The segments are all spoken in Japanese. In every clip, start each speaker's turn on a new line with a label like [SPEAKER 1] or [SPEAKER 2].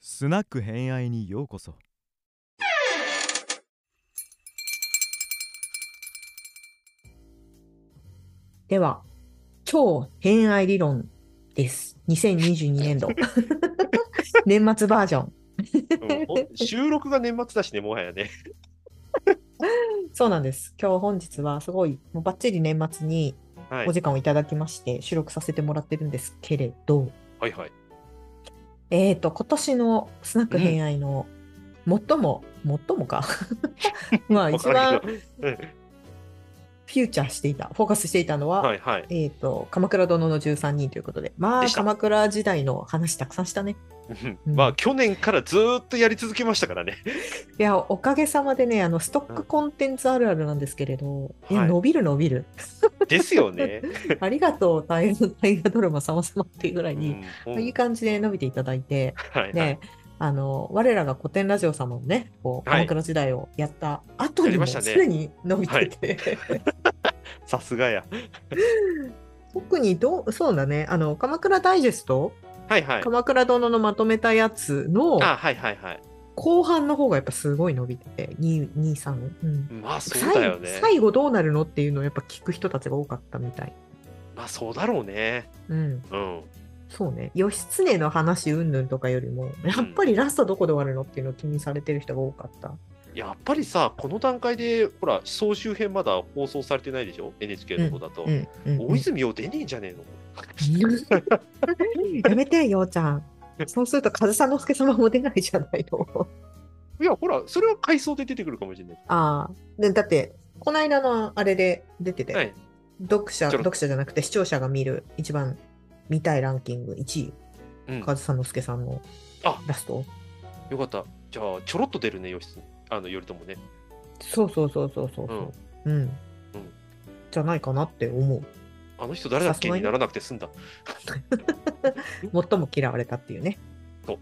[SPEAKER 1] スナック偏愛にようこそ
[SPEAKER 2] では、超偏愛理論です。2022 年度。年末バージョン。
[SPEAKER 3] うんほん収録が年末だしね、もはやね。
[SPEAKER 2] そうなんです。今日本日はすごい、もうバッチリ年末に
[SPEAKER 3] はい
[SPEAKER 2] お。時間をいただきまして、収録させてもらってるんですけれど、
[SPEAKER 3] はいはい。
[SPEAKER 2] えっ、と、今年のスナック偏愛の最も、最もか。 まあ、
[SPEAKER 3] わ
[SPEAKER 2] 一
[SPEAKER 3] からん
[SPEAKER 2] 番
[SPEAKER 3] け
[SPEAKER 2] フ
[SPEAKER 3] ど
[SPEAKER 2] ューチャーしていた、フォーカスしていたの は、
[SPEAKER 3] はいはい。
[SPEAKER 2] えっ、と、鎌倉殿の13人ということで、まあ
[SPEAKER 3] で、した
[SPEAKER 2] 鎌倉時代の話たくさんしたね。
[SPEAKER 3] うんまあ、去年からずーっとやり続けましたからね。
[SPEAKER 2] いや、おかげさまでね、あの、ストックコンテンツあるあるなんですけれど、いや
[SPEAKER 3] はい
[SPEAKER 2] 伸びる伸 びる。
[SPEAKER 3] ですよ ね。
[SPEAKER 2] ありがとう、大変、大河ドラマ様々っていうぐら
[SPEAKER 3] う
[SPEAKER 2] いに、
[SPEAKER 3] んうん
[SPEAKER 2] いい感じで伸びていただいて、
[SPEAKER 3] はいはい
[SPEAKER 2] ね、あの、我らが古典ラジオ様のね、こう、
[SPEAKER 3] はい
[SPEAKER 2] 鎌倉時代をやった後
[SPEAKER 3] や
[SPEAKER 2] に
[SPEAKER 3] り
[SPEAKER 2] も、
[SPEAKER 3] ましたね
[SPEAKER 2] すでに伸びてて、
[SPEAKER 3] さすがや。
[SPEAKER 2] 特にどう、そうだね、あの、鎌倉ダイジェスト、
[SPEAKER 3] はいはい。
[SPEAKER 2] 鎌倉殿のまとめたやつの
[SPEAKER 3] あはいはいはい。
[SPEAKER 2] 後半の方がやっぱすごい伸びてて、2、2、3。うん
[SPEAKER 3] まあ、そうだよ
[SPEAKER 2] 最
[SPEAKER 3] ね。
[SPEAKER 2] 最後どうなるのっていうのをやっぱ聞く人たちが多かったみたい。
[SPEAKER 3] まあ、そうだろうね。
[SPEAKER 2] うん、
[SPEAKER 3] うん。
[SPEAKER 2] そうね義経の話云々とかよりもやっぱりラストどこで終わるのっていうのを気にされてる人が多かった。
[SPEAKER 3] やっぱりさ、この段階で、ほら、総集編まだ放送されてないでしょ ?NHK の方だと
[SPEAKER 2] う。んうんうん
[SPEAKER 3] 大泉洋出ねえんじゃねえの
[SPEAKER 2] やめてようちゃん。そうすると上総介様も出ないじゃないの。
[SPEAKER 3] いや、ほら、それは回想で出てくるかもしれない。
[SPEAKER 2] ああでだってこの間のあれで出てて、
[SPEAKER 3] はい
[SPEAKER 2] 読者
[SPEAKER 3] ちょろ
[SPEAKER 2] 読者じゃなくて視聴者が見る一番見たいランキング1位、
[SPEAKER 3] うん
[SPEAKER 2] 上総介さんの
[SPEAKER 3] あ
[SPEAKER 2] ラスト。
[SPEAKER 3] よかった。じゃあ、ちょろっと出るね、義経。あの、頼朝ね。
[SPEAKER 2] そうそうそうそうそうそう。うん。
[SPEAKER 3] うん
[SPEAKER 2] じゃないかなって思う。
[SPEAKER 3] あの人誰だっけ
[SPEAKER 2] さすがに
[SPEAKER 3] にならなくて済んだ。
[SPEAKER 2] 最も嫌われたっていうね。。
[SPEAKER 3] そ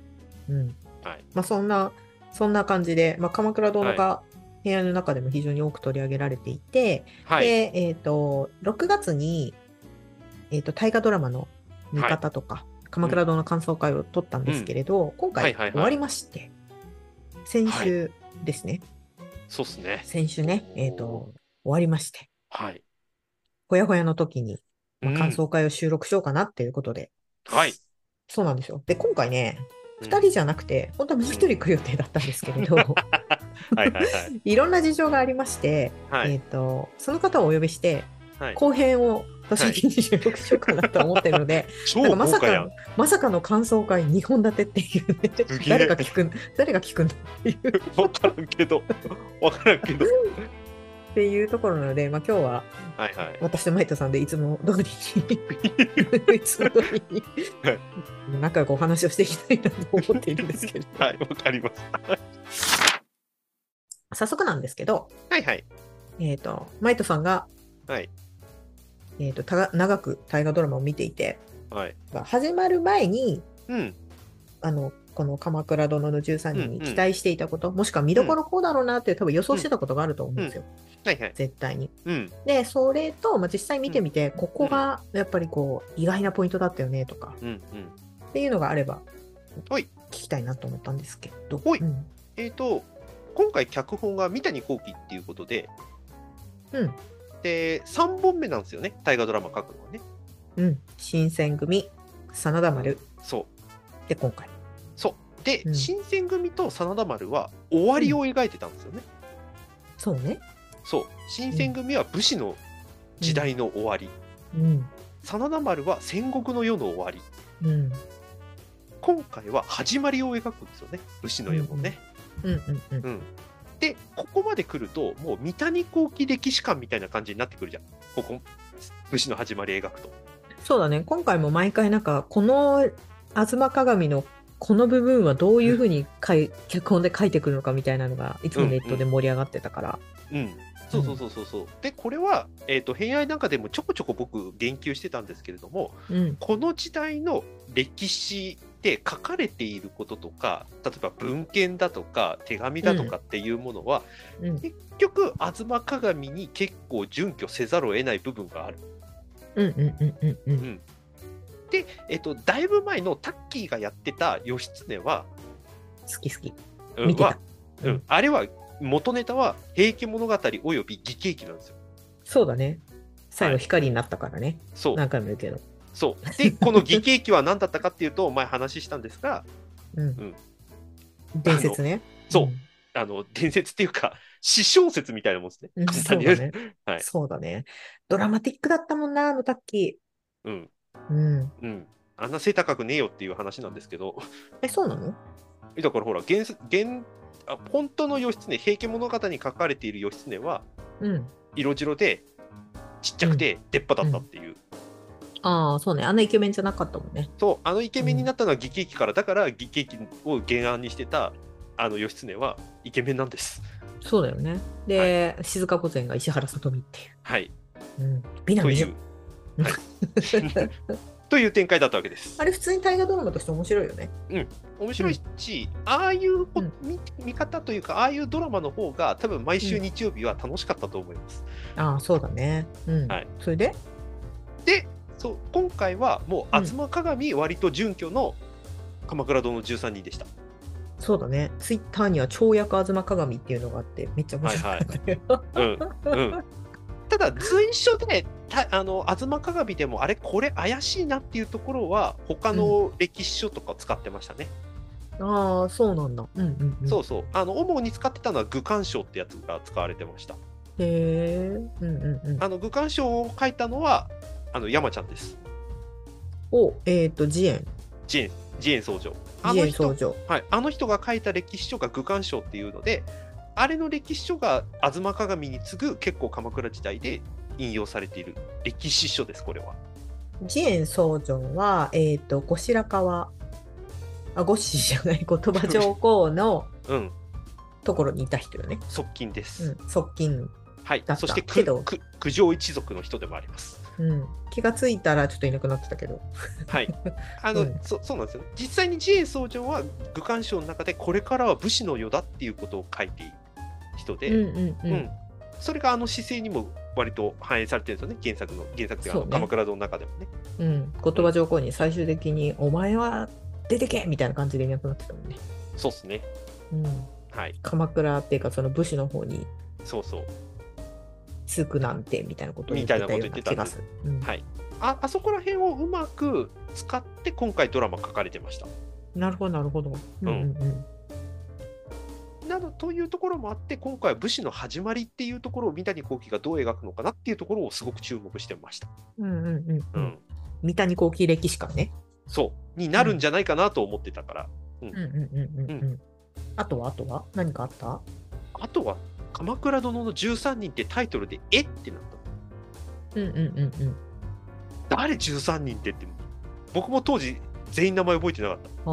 [SPEAKER 3] う
[SPEAKER 2] ん。
[SPEAKER 3] はい
[SPEAKER 2] まあそんな、そんな感じで、まあ鎌倉殿が部屋の中でも非常に多く取り上げられていて、
[SPEAKER 3] はい。
[SPEAKER 2] で、えっ、と、6月に、えっ、と、大河ドラマの見方とか、鎌倉殿の感想会を取ったんですけれど、今
[SPEAKER 3] は
[SPEAKER 2] 回
[SPEAKER 3] いはいはい
[SPEAKER 2] 終わりまして、先週ですね、
[SPEAKER 3] そうっすね。
[SPEAKER 2] 先週ね、えっ、と、終わりまして、
[SPEAKER 3] はい。
[SPEAKER 2] ほやほやの時に
[SPEAKER 3] うん
[SPEAKER 2] 感想会を収録しようかなっていうことで、
[SPEAKER 3] はい。
[SPEAKER 2] そうなんですよ。で、今回ね、
[SPEAKER 3] うん
[SPEAKER 2] 2人じゃなくて、本当はもう1人来る予定だったんですけれど、
[SPEAKER 3] はいはい
[SPEAKER 2] いろんな事情がありまして、
[SPEAKER 3] はい。は
[SPEAKER 2] えー、
[SPEAKER 3] い。
[SPEAKER 2] とその方をお呼びして、
[SPEAKER 3] はい
[SPEAKER 2] 後編を年明けに収録しようかなと思ってるので、
[SPEAKER 3] 超豪
[SPEAKER 2] なんかまさ
[SPEAKER 3] 華や
[SPEAKER 2] か
[SPEAKER 3] ん。
[SPEAKER 2] まさかの感想会2本立てっていうね
[SPEAKER 3] げえ
[SPEAKER 2] 誰が聞くん誰が聞くんだっていうっ
[SPEAKER 3] わからんけど。わからんけど。
[SPEAKER 2] ていうところなので、まあ、今日は
[SPEAKER 3] はいはい。
[SPEAKER 2] 私とマイトさんでいつも通りにいつも通りに
[SPEAKER 3] はい
[SPEAKER 2] 仲良くお話をしていきたいなと思っているんですけ ど
[SPEAKER 3] はい、わかります。
[SPEAKER 2] 早速なんですけど、
[SPEAKER 3] はいはい。
[SPEAKER 2] えー、とマイトさんが
[SPEAKER 3] はい。
[SPEAKER 2] えー、とたが長く大河ドラマを見ていて
[SPEAKER 3] はい。
[SPEAKER 2] まあ始まる前に
[SPEAKER 3] うん。
[SPEAKER 2] あのこの「鎌倉殿の13人」に
[SPEAKER 3] うんうん
[SPEAKER 2] 期待していたこと、もしくは見どころこうだろうなっていう多分予想してたことがあると思うんですよ、
[SPEAKER 3] はいはい。
[SPEAKER 2] 絶対に。
[SPEAKER 3] うん。
[SPEAKER 2] でそれと、まあ、実際見てみて、ここがやっぱりこう意外なポイントだったよねとか
[SPEAKER 3] うんうん。
[SPEAKER 2] っていうのがあれば
[SPEAKER 3] は
[SPEAKER 2] 聞
[SPEAKER 3] い
[SPEAKER 2] きたいなと思ったんですけど。
[SPEAKER 3] はい
[SPEAKER 2] うん
[SPEAKER 3] えっ、と、今回脚本が三谷幸喜っていうことで、
[SPEAKER 2] うん
[SPEAKER 3] で、3本目なんですよね。大河ドラマ書くのはね。
[SPEAKER 2] うん、新選組真田丸
[SPEAKER 3] そう。
[SPEAKER 2] で今回。
[SPEAKER 3] そう。で、
[SPEAKER 2] うん
[SPEAKER 3] 新選組と真田丸は終わりを描いてたんですよね。
[SPEAKER 2] そうね、
[SPEAKER 3] そう。新選組は武士の時代の終わり。
[SPEAKER 2] うん
[SPEAKER 3] 真田丸は戦国の世の終わり。
[SPEAKER 2] うんうん
[SPEAKER 3] 今回は始まりを描くんですよね。武士の世のね。
[SPEAKER 2] うんうん
[SPEAKER 3] うん。で、ここまで来ると、もう三谷幸喜歴史観みたいな感じになってくるじゃん。ここ、武士の始まり描くと。
[SPEAKER 2] そうだね今回も毎回なんかこの「吾妻鏡」のこの部分はどういうふうにかい脚本で書いてくるのかみたいなのがいつもネットで盛り上がってたから、
[SPEAKER 3] うん。そうそうそうそうそう。で、これは、えっ、と、偏愛なんかでもちょこちょこ僕、言及してたんですけれども、
[SPEAKER 2] うん
[SPEAKER 3] この時代の歴史で書かれていることとか例えば文献だとか手紙だとかっていうものは、
[SPEAKER 2] うん
[SPEAKER 3] 結局「吾妻鏡」に結構準拠せざるを得ない部分がある。
[SPEAKER 2] うんうんうんうんうん
[SPEAKER 3] で、えっと、だいぶ前のタッキーがやってた義経は
[SPEAKER 2] 好き好き。
[SPEAKER 3] うん
[SPEAKER 2] 見て
[SPEAKER 3] は
[SPEAKER 2] た。
[SPEAKER 3] うん、あれは元ネタは「平家物語」および「義経記」なんですよ。
[SPEAKER 2] そうだね。最後光になったからね。
[SPEAKER 3] そう
[SPEAKER 2] 何回も言うけど。
[SPEAKER 3] そうでこの義経記は何だったかっていうと前話したんですが
[SPEAKER 2] うん。
[SPEAKER 3] ん
[SPEAKER 2] 伝説ね。
[SPEAKER 3] そうあの伝説っていうか詩小説みたいなもんですね。
[SPEAKER 2] うん。うん
[SPEAKER 3] 簡
[SPEAKER 2] そ
[SPEAKER 3] 単
[SPEAKER 2] う
[SPEAKER 3] に
[SPEAKER 2] だ
[SPEAKER 3] 言うと
[SPEAKER 2] ね。
[SPEAKER 3] はい
[SPEAKER 2] そうだね。ドラマティックだったもんな、あのタッキ
[SPEAKER 3] うん
[SPEAKER 2] ー。うん。
[SPEAKER 3] うん、あんな背高くねえよっていう話なんですけど
[SPEAKER 2] え、そうなの
[SPEAKER 3] だからほら原す原あ本当の義経平家物語に書かれている義経は
[SPEAKER 2] うん。
[SPEAKER 3] 色白でちっちゃくて出っ歯だったっていう、
[SPEAKER 2] ああ、そうね。あのイケメンじゃなかったもんね。
[SPEAKER 3] そうあのイケメンになったのは義経記からだから義経記を原案にしてたあの義経はイケメンなんです。
[SPEAKER 2] そうだよね。で、静御前が石原さとみってい
[SPEAKER 3] はい、
[SPEAKER 2] う。うん。美男
[SPEAKER 3] と
[SPEAKER 2] 美
[SPEAKER 3] い
[SPEAKER 2] 女
[SPEAKER 3] う。はい、という展開だったわけです。
[SPEAKER 2] あれ普通に大河ドラマとして面白いよね。
[SPEAKER 3] 面白いし、ああいうこ
[SPEAKER 2] うん
[SPEAKER 3] 見見方というか、ああいうドラマの方が、多分毎週日曜日は楽しかったと思います。
[SPEAKER 2] ああ、そうだね。うん。
[SPEAKER 3] はい
[SPEAKER 2] それで
[SPEAKER 3] そう今回はも
[SPEAKER 2] う
[SPEAKER 3] う、
[SPEAKER 2] ん
[SPEAKER 3] 吾妻鏡、割と準拠の鎌倉殿の13人でした。
[SPEAKER 2] そうだね。ツイッターには跳躍あずま鏡っていうのがあって、めっちゃ面白かったよ。
[SPEAKER 3] うんうん、ただ、随所で、たあの吾妻鏡でも、あれ、これ怪しいなっていうところは、他の歴史書とか使ってましたね。
[SPEAKER 2] ああ、そうなんだ。うんうん、うん。
[SPEAKER 3] そうそうあの、主に使ってたのは、愚官賞ってやつが使われてました。
[SPEAKER 2] へえ。うんうんうん。
[SPEAKER 3] あの愚官賞を書いたのは、あの山ちゃんです。
[SPEAKER 2] お、えっ、と、ジエン。
[SPEAKER 3] ジェン、ジェン総長。あ
[SPEAKER 2] ジエ
[SPEAKER 3] の
[SPEAKER 2] ン
[SPEAKER 3] 人
[SPEAKER 2] 総、長。
[SPEAKER 3] はい、あの人が書いた歴史書が愚官賞っていうので、あれの歴史書が吾妻鏡に次ぐ結構鎌倉時代で引用されている歴史書です、これは。
[SPEAKER 2] ジエン総長は、えっ、と、後白河。あ、後白じゃない、後鳥羽上皇の
[SPEAKER 3] うん、
[SPEAKER 2] ところにいた人よね。
[SPEAKER 3] 側近です。
[SPEAKER 2] うん、側近。
[SPEAKER 3] はい
[SPEAKER 2] だっ、た
[SPEAKER 3] そして
[SPEAKER 2] け
[SPEAKER 3] く
[SPEAKER 2] ど
[SPEAKER 3] く九条一族の人でもあり ます。
[SPEAKER 2] うん。気がついたら、ちょっといなくなってたけど。
[SPEAKER 3] はい、あの、
[SPEAKER 2] うん
[SPEAKER 3] そそうなんですよね。実際に慈円総長は愚官賞の中で、これからは武士の世だっていうことを書いている人で、
[SPEAKER 2] うんうんうん。
[SPEAKER 3] うん、それがあの姿勢にも割と反映されてるんですよね、原作の、原作っていうかあ
[SPEAKER 2] そ
[SPEAKER 3] の
[SPEAKER 2] うね
[SPEAKER 3] 鎌倉殿の中でもね。
[SPEAKER 2] うん、後鳥羽上皇に最終的に「お前は出てけ!」みたいな感じでいなくなってたもんね。
[SPEAKER 3] そうっすね。
[SPEAKER 2] うん、
[SPEAKER 3] はい、
[SPEAKER 2] 鎌倉っていうかその武士の方に
[SPEAKER 3] そうそう。
[SPEAKER 2] つくなんてみたいなことを言ってたような気がする。うん
[SPEAKER 3] たああそこら辺をうまく使って、今回ドラマ書かれてました。
[SPEAKER 2] なるほどなるほど。うんうん
[SPEAKER 3] などというところもあって、今回は武士の始まりっていうところを三谷幸喜がどう描くのかなっていうところをすごく注目してました。
[SPEAKER 2] うんうんうんうん
[SPEAKER 3] う、
[SPEAKER 2] うんん三谷幸喜歴史観ね。
[SPEAKER 3] そうになるんじゃないかなと思ってたから、
[SPEAKER 2] うんうんうんうんうん。あとはあとは何かあった
[SPEAKER 3] あとは「鎌倉殿の13人」ってタイトルで「えっ?」てなっ
[SPEAKER 2] うんうんうんうん。
[SPEAKER 3] た。誰13人ってって僕も当時全員名前覚えてなかった。
[SPEAKER 2] ああ、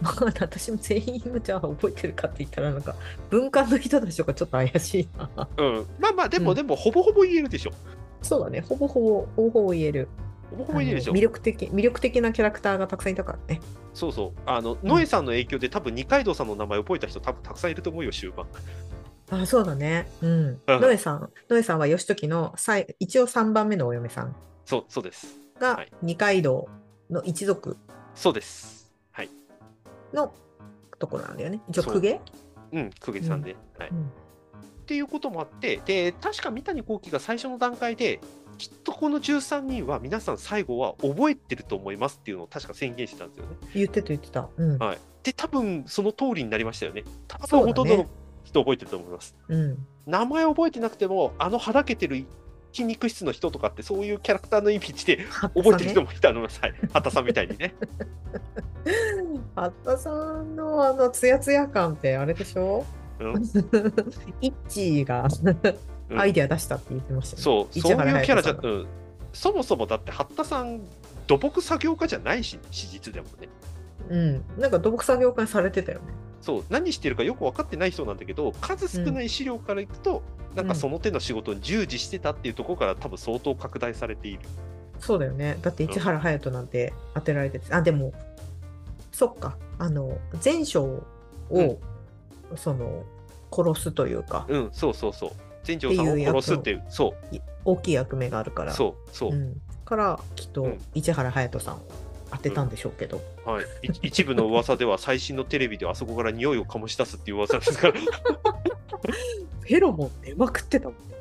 [SPEAKER 2] まあ 私も全員じゃあ覚えてるかって言ったらなんか文化の人たちとかちょっと怪しいな。
[SPEAKER 3] うん、まあまあでも、
[SPEAKER 2] うん
[SPEAKER 3] でもほぼほぼ言えるでしょ。
[SPEAKER 2] そうだねほぼほぼほぼほぼ言える。
[SPEAKER 3] ほぼほぼ言えるでし
[SPEAKER 2] あ
[SPEAKER 3] ょ
[SPEAKER 2] の魅。力的魅力的なキャラクターがたくさんいたからね
[SPEAKER 3] そうそう。あの、ノエさんの影響で多分二階堂さんの名前覚えた人多分たくさんいると思うよ、終盤。
[SPEAKER 2] あそうだねうん
[SPEAKER 3] うん
[SPEAKER 2] ノエさんノエさんは義時の最一応3番目のお嫁さん
[SPEAKER 3] そう、そうです。は
[SPEAKER 2] が
[SPEAKER 3] い
[SPEAKER 2] 二階堂の一族
[SPEAKER 3] そうです。はい。
[SPEAKER 2] のところなんだよね一応
[SPEAKER 3] そう
[SPEAKER 2] 公家
[SPEAKER 3] うん、久下さんで。はい。
[SPEAKER 2] うん
[SPEAKER 3] っていうこともあって、で、確か三谷幸喜が最初の段階で、きっとこの13人は皆さん最後は覚えてると思いますっていうのを確か宣言してたんですよね。
[SPEAKER 2] 言ってた言ってたうん、
[SPEAKER 3] はいで、多分その通りになりましたよね。多
[SPEAKER 2] そうだ
[SPEAKER 3] 分ほと
[SPEAKER 2] ね
[SPEAKER 3] んどの人覚えてると思います。
[SPEAKER 2] うん、
[SPEAKER 3] 名前覚えてなくても、あのはだけてる筋肉質の人とかって、そういうキャラクターのイメージで覚えてる人もいたのがさ、畑さんみたいにね。
[SPEAKER 2] 八田さんのあのツヤツヤ感ってあれでしょ
[SPEAKER 3] うん
[SPEAKER 2] イッチーが
[SPEAKER 3] うん
[SPEAKER 2] アイデア出したって言ってましたよね
[SPEAKER 3] そう、
[SPEAKER 2] 市
[SPEAKER 3] そう
[SPEAKER 2] 原
[SPEAKER 3] いうキャラじゃ、
[SPEAKER 2] 隼人さ
[SPEAKER 3] う
[SPEAKER 2] んが
[SPEAKER 3] ん、そもそもだって、八田さん、土木作業家じゃないし、史実でもね。
[SPEAKER 2] うんなんか土木作業家にされてたよね
[SPEAKER 3] そう、何してるかよく分かってない人なんだけど、数少ない資料からいくと、なんかその手の仕事に従事してたっていうところから、多分相当拡大されている。
[SPEAKER 2] そうだよね。だって市原隼人なんて当てられてて、あ、でも、そっか、あの、前章を、
[SPEAKER 3] うん
[SPEAKER 2] その、殺すというか、
[SPEAKER 3] うん、そうそうそう。船長さんを殺すっていう、そ
[SPEAKER 2] 大きい役目があるか
[SPEAKER 3] う、
[SPEAKER 2] ら、
[SPEAKER 3] そう、そうう。
[SPEAKER 2] んから、きっ
[SPEAKER 3] う
[SPEAKER 2] と
[SPEAKER 3] ん
[SPEAKER 2] 市原隼人さんを当ってたんでしょうけど、
[SPEAKER 3] はい、い一部の噂では最新のテレビではあそこから匂いを醸し出すっていう噂ですから
[SPEAKER 2] フェロモン出まくってたもんね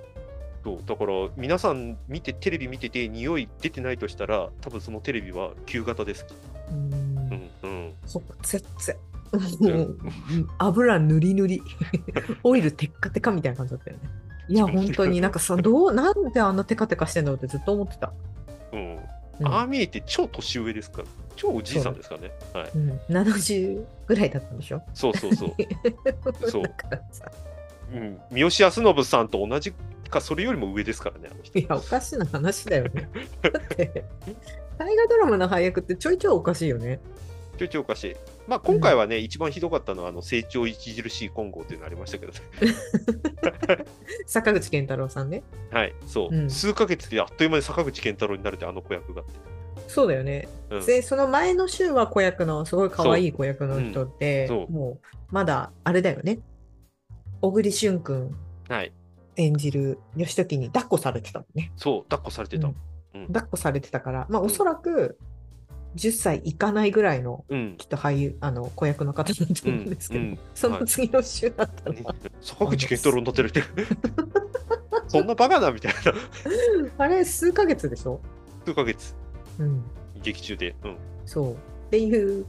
[SPEAKER 3] そうだから皆さん見てテレビ見てて匂い出てないとしたら多分そのテレビは旧型です
[SPEAKER 2] う
[SPEAKER 3] うんんうん
[SPEAKER 2] ほっつっつもう 油塗り 塗りオイルテッカテカみたいな感じだったよねいや本当になん かさどうなんであんなテカテカしてんだろうってずっと思ってた、
[SPEAKER 3] うん
[SPEAKER 2] うん
[SPEAKER 3] ああ見えて超年上ですから超おじいさんですからねはい
[SPEAKER 2] うん、70ぐらいだったんでしょ
[SPEAKER 3] そうそうそうそう
[SPEAKER 2] だからさ
[SPEAKER 3] うん、三好康信さんと同じかそれよりも上ですからねあの人
[SPEAKER 2] いやおかしな話だよねだって大河ドラマの配役ってちょいちょいおかしいよね
[SPEAKER 3] ちょいちょいおかしいまあ今回はね、一番ひどかったのはあの成長著しい金剛っていうのありましたけどね
[SPEAKER 2] 坂口健太郎さんね
[SPEAKER 3] はいそう、
[SPEAKER 2] うん
[SPEAKER 3] 数ヶ月であっという間に坂口健太郎になるってあの子役が
[SPEAKER 2] そうだよね、
[SPEAKER 3] うん
[SPEAKER 2] でその前の週は子役のすごい可愛い子役の人で、
[SPEAKER 3] そううんそう
[SPEAKER 2] もうまだあれだよね小栗旬君
[SPEAKER 3] はい
[SPEAKER 2] 演じる義時に抱っこされてたもんね
[SPEAKER 3] そう抱っこされてた
[SPEAKER 2] うん
[SPEAKER 3] うん
[SPEAKER 2] 抱っこされてたからまあ
[SPEAKER 3] うん
[SPEAKER 2] おそらく10歳いかないぐらいの
[SPEAKER 3] うん、
[SPEAKER 2] きっと俳優あの子役の方なんと思うんですけど、
[SPEAKER 3] うんうん
[SPEAKER 2] そ
[SPEAKER 3] は
[SPEAKER 2] の
[SPEAKER 3] い
[SPEAKER 2] 次の週だったら、
[SPEAKER 3] 坂口健太郎になってるってそんなバカなみたいな
[SPEAKER 2] あれ数ヶ月でしょ、
[SPEAKER 3] 数ヶ月
[SPEAKER 2] うん、
[SPEAKER 3] 劇中でうん
[SPEAKER 2] そうっていう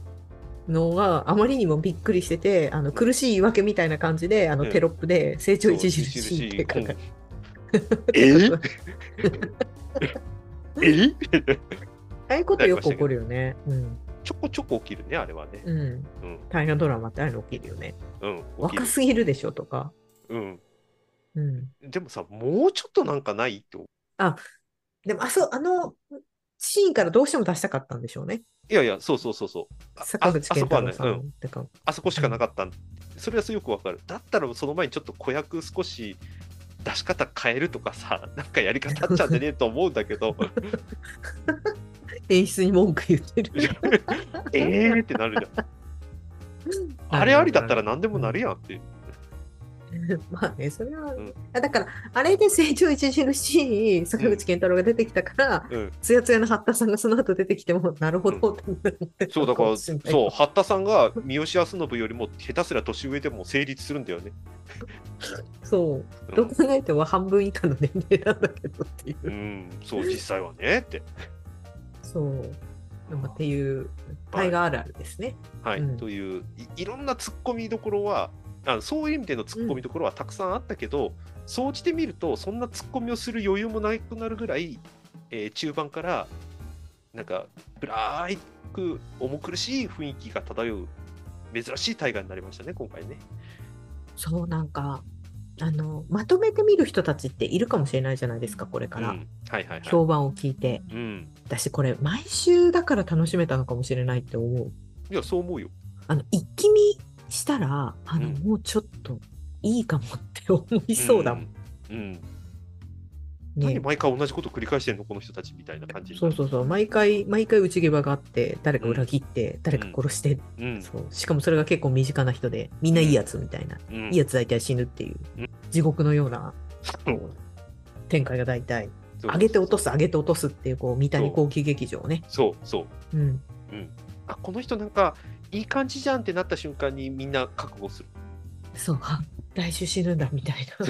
[SPEAKER 2] のがあまりにもびっくりしててあの苦しい言い訳みたいな感じであの
[SPEAKER 3] うん
[SPEAKER 2] テロップで「成長著しい」って書
[SPEAKER 3] そう
[SPEAKER 2] かれ
[SPEAKER 3] 著しいえええ
[SPEAKER 2] ああいうことよく起こるよね。うん
[SPEAKER 3] ちょこちょこ起きるねあれはね
[SPEAKER 2] うん
[SPEAKER 3] うん
[SPEAKER 2] 大河ドラマってああいうの起きるよね。
[SPEAKER 3] うん起き
[SPEAKER 2] 若
[SPEAKER 3] る
[SPEAKER 2] すぎるでしょとか。
[SPEAKER 3] うん
[SPEAKER 2] うん、
[SPEAKER 3] でもさもうちょっとなんかないって思う
[SPEAKER 2] でもあそうあのシーンからどうしても出したかったんでしょうね。
[SPEAKER 3] いやいやそうそうそうそうあ
[SPEAKER 2] 坂口健太郎さ
[SPEAKER 3] ああそこは
[SPEAKER 2] ん
[SPEAKER 3] ね
[SPEAKER 2] ってか。
[SPEAKER 3] あそこしかなかったんそれはすごくわかるだったらその前にちょっと子役少し出し方変えるとかさなんかやり方あっちゃうんじゃねえと思うんだけど
[SPEAKER 2] 演出に文句言って る。
[SPEAKER 3] えーってなるじゃんあれありだったら何でもなるやんっていう
[SPEAKER 2] まあね、それは、
[SPEAKER 3] ん
[SPEAKER 2] あだから、あれで成長著しい坂口健太郎が出てきたから、
[SPEAKER 3] うん
[SPEAKER 2] つやつやの八田さんがその後出てきても、なるほどって思って
[SPEAKER 3] そうだか
[SPEAKER 2] たからもし
[SPEAKER 3] そ
[SPEAKER 2] れ
[SPEAKER 3] う
[SPEAKER 2] ない
[SPEAKER 3] 八田さんが三好康信よりも下手すら年上でも成立するんだよね
[SPEAKER 2] そう
[SPEAKER 3] う、ん
[SPEAKER 2] どう考えても半分以下の年齢なんだけどっていう。
[SPEAKER 3] うんそう実際はねって
[SPEAKER 2] そう。でもっていう、タイガーあるあるですね。
[SPEAKER 3] はい、
[SPEAKER 2] うん
[SPEAKER 3] といういいろんなツッコミどころはあそういう意味でのツッコミどころはたくさんあったけど、総じてみるとそんなツッコミをする余裕もなくなるぐらい、えー中盤からなんか暗いく重苦しい雰囲気が漂う珍しい大河になりましたね今回ね。
[SPEAKER 2] そう、なんか、あの、まとめて見る人たちっているかもしれないじゃないですか、これから。
[SPEAKER 3] うん、はいはいはい。
[SPEAKER 2] 評判を聞いて。
[SPEAKER 3] うん、
[SPEAKER 2] 私、これ、毎週だから楽しめたのかもしれないって思う。
[SPEAKER 3] いやそう思うよ。
[SPEAKER 2] あの一気見したらあの、
[SPEAKER 3] うん
[SPEAKER 2] もうちょっといいかもって思いそうだもん
[SPEAKER 3] うん。うん
[SPEAKER 2] ね
[SPEAKER 3] 何。毎回同じこと繰り返してんのこの人たちみたいな感じに
[SPEAKER 2] そうそうそう毎回毎回内毛場があって誰か裏切って、誰か殺して、
[SPEAKER 3] うん
[SPEAKER 2] そうしかもそれが結構身近な人でみんないいやつみたいな、
[SPEAKER 3] うん
[SPEAKER 2] いいやつ大体死ぬっていう、
[SPEAKER 3] うん
[SPEAKER 2] 地獄のような
[SPEAKER 3] うん
[SPEAKER 2] こう展開が大体
[SPEAKER 3] そう
[SPEAKER 2] 上げて落とす上げて落とすっていうこう三谷幸喜劇場ね
[SPEAKER 3] そうそう
[SPEAKER 2] うん
[SPEAKER 3] あこの人なんかいい感じじゃんってなった瞬間にみんな覚悟す る。
[SPEAKER 2] そうあ来週死ぬんだみたいな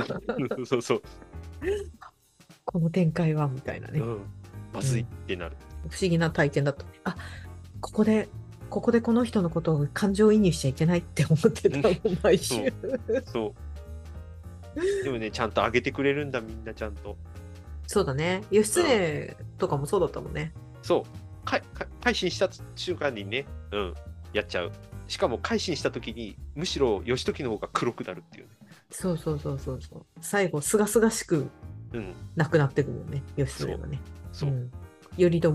[SPEAKER 3] そうそう、
[SPEAKER 2] この展開はみたいなね、
[SPEAKER 3] うん、まずいってなる。
[SPEAKER 2] 不思議な体験だったねあここでここでこの人のことを感情移入しちゃいけないって思ってたもん毎週
[SPEAKER 3] そう。でもねちゃんと上げてくれるんだみんなちゃんと。
[SPEAKER 2] そうだね義経とかもそうだったもんね
[SPEAKER 3] そうかか改心した瞬間にね、うん、やっちゃう。しかも改心した時にむしろ義時の方が黒くなるっていうね。
[SPEAKER 2] そうそうそうそうそう最後すがすがしく
[SPEAKER 3] うん
[SPEAKER 2] 亡くなってくもんね義経がね
[SPEAKER 3] そう、
[SPEAKER 2] ん、頼朝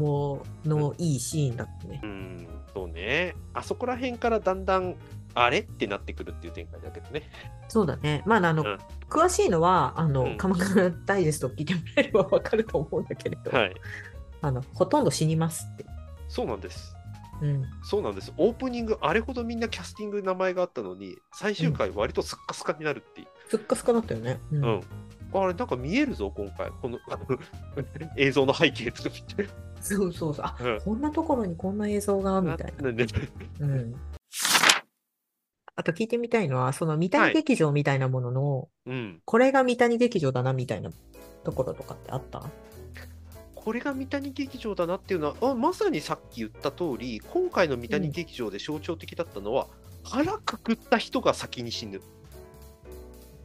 [SPEAKER 2] のいいシーンだったね、
[SPEAKER 3] うんそうねあそこら辺からだんだんあれってなってくるっていう展開だけどね。
[SPEAKER 2] そうだねまああの、
[SPEAKER 3] うん
[SPEAKER 2] 詳しいのはあの、
[SPEAKER 3] うん
[SPEAKER 2] 鎌倉ダイジェストを聞いてもらえればわかると思うんだけれど、
[SPEAKER 3] はい
[SPEAKER 2] あのほとんど死にますって、
[SPEAKER 3] そうなんです。
[SPEAKER 2] うん、
[SPEAKER 3] そうなんです。オープニング、あれほどみんなキャスティング名前があったのに、最終回、割とスッカスカになるっていう。
[SPEAKER 2] ふっかふかだったよね、う ん
[SPEAKER 3] うん。あれ、なんか見えるぞ、今回。このあの映像の背景とか見て。
[SPEAKER 2] そうそうそう。あ、
[SPEAKER 3] うん
[SPEAKER 2] こんなところにこんな映像が、みたい
[SPEAKER 3] なんで
[SPEAKER 2] な。うん。あと聞いてみたいのは、その三谷劇場みたいなものの、
[SPEAKER 3] うん、
[SPEAKER 2] これが三谷劇場だな、みたいなところとかってあった
[SPEAKER 3] これが三谷劇場だなっていうのはあまさにさっき言った通り今回の三谷劇場で象徴的だったのは、腹くくった人が先に死ぬ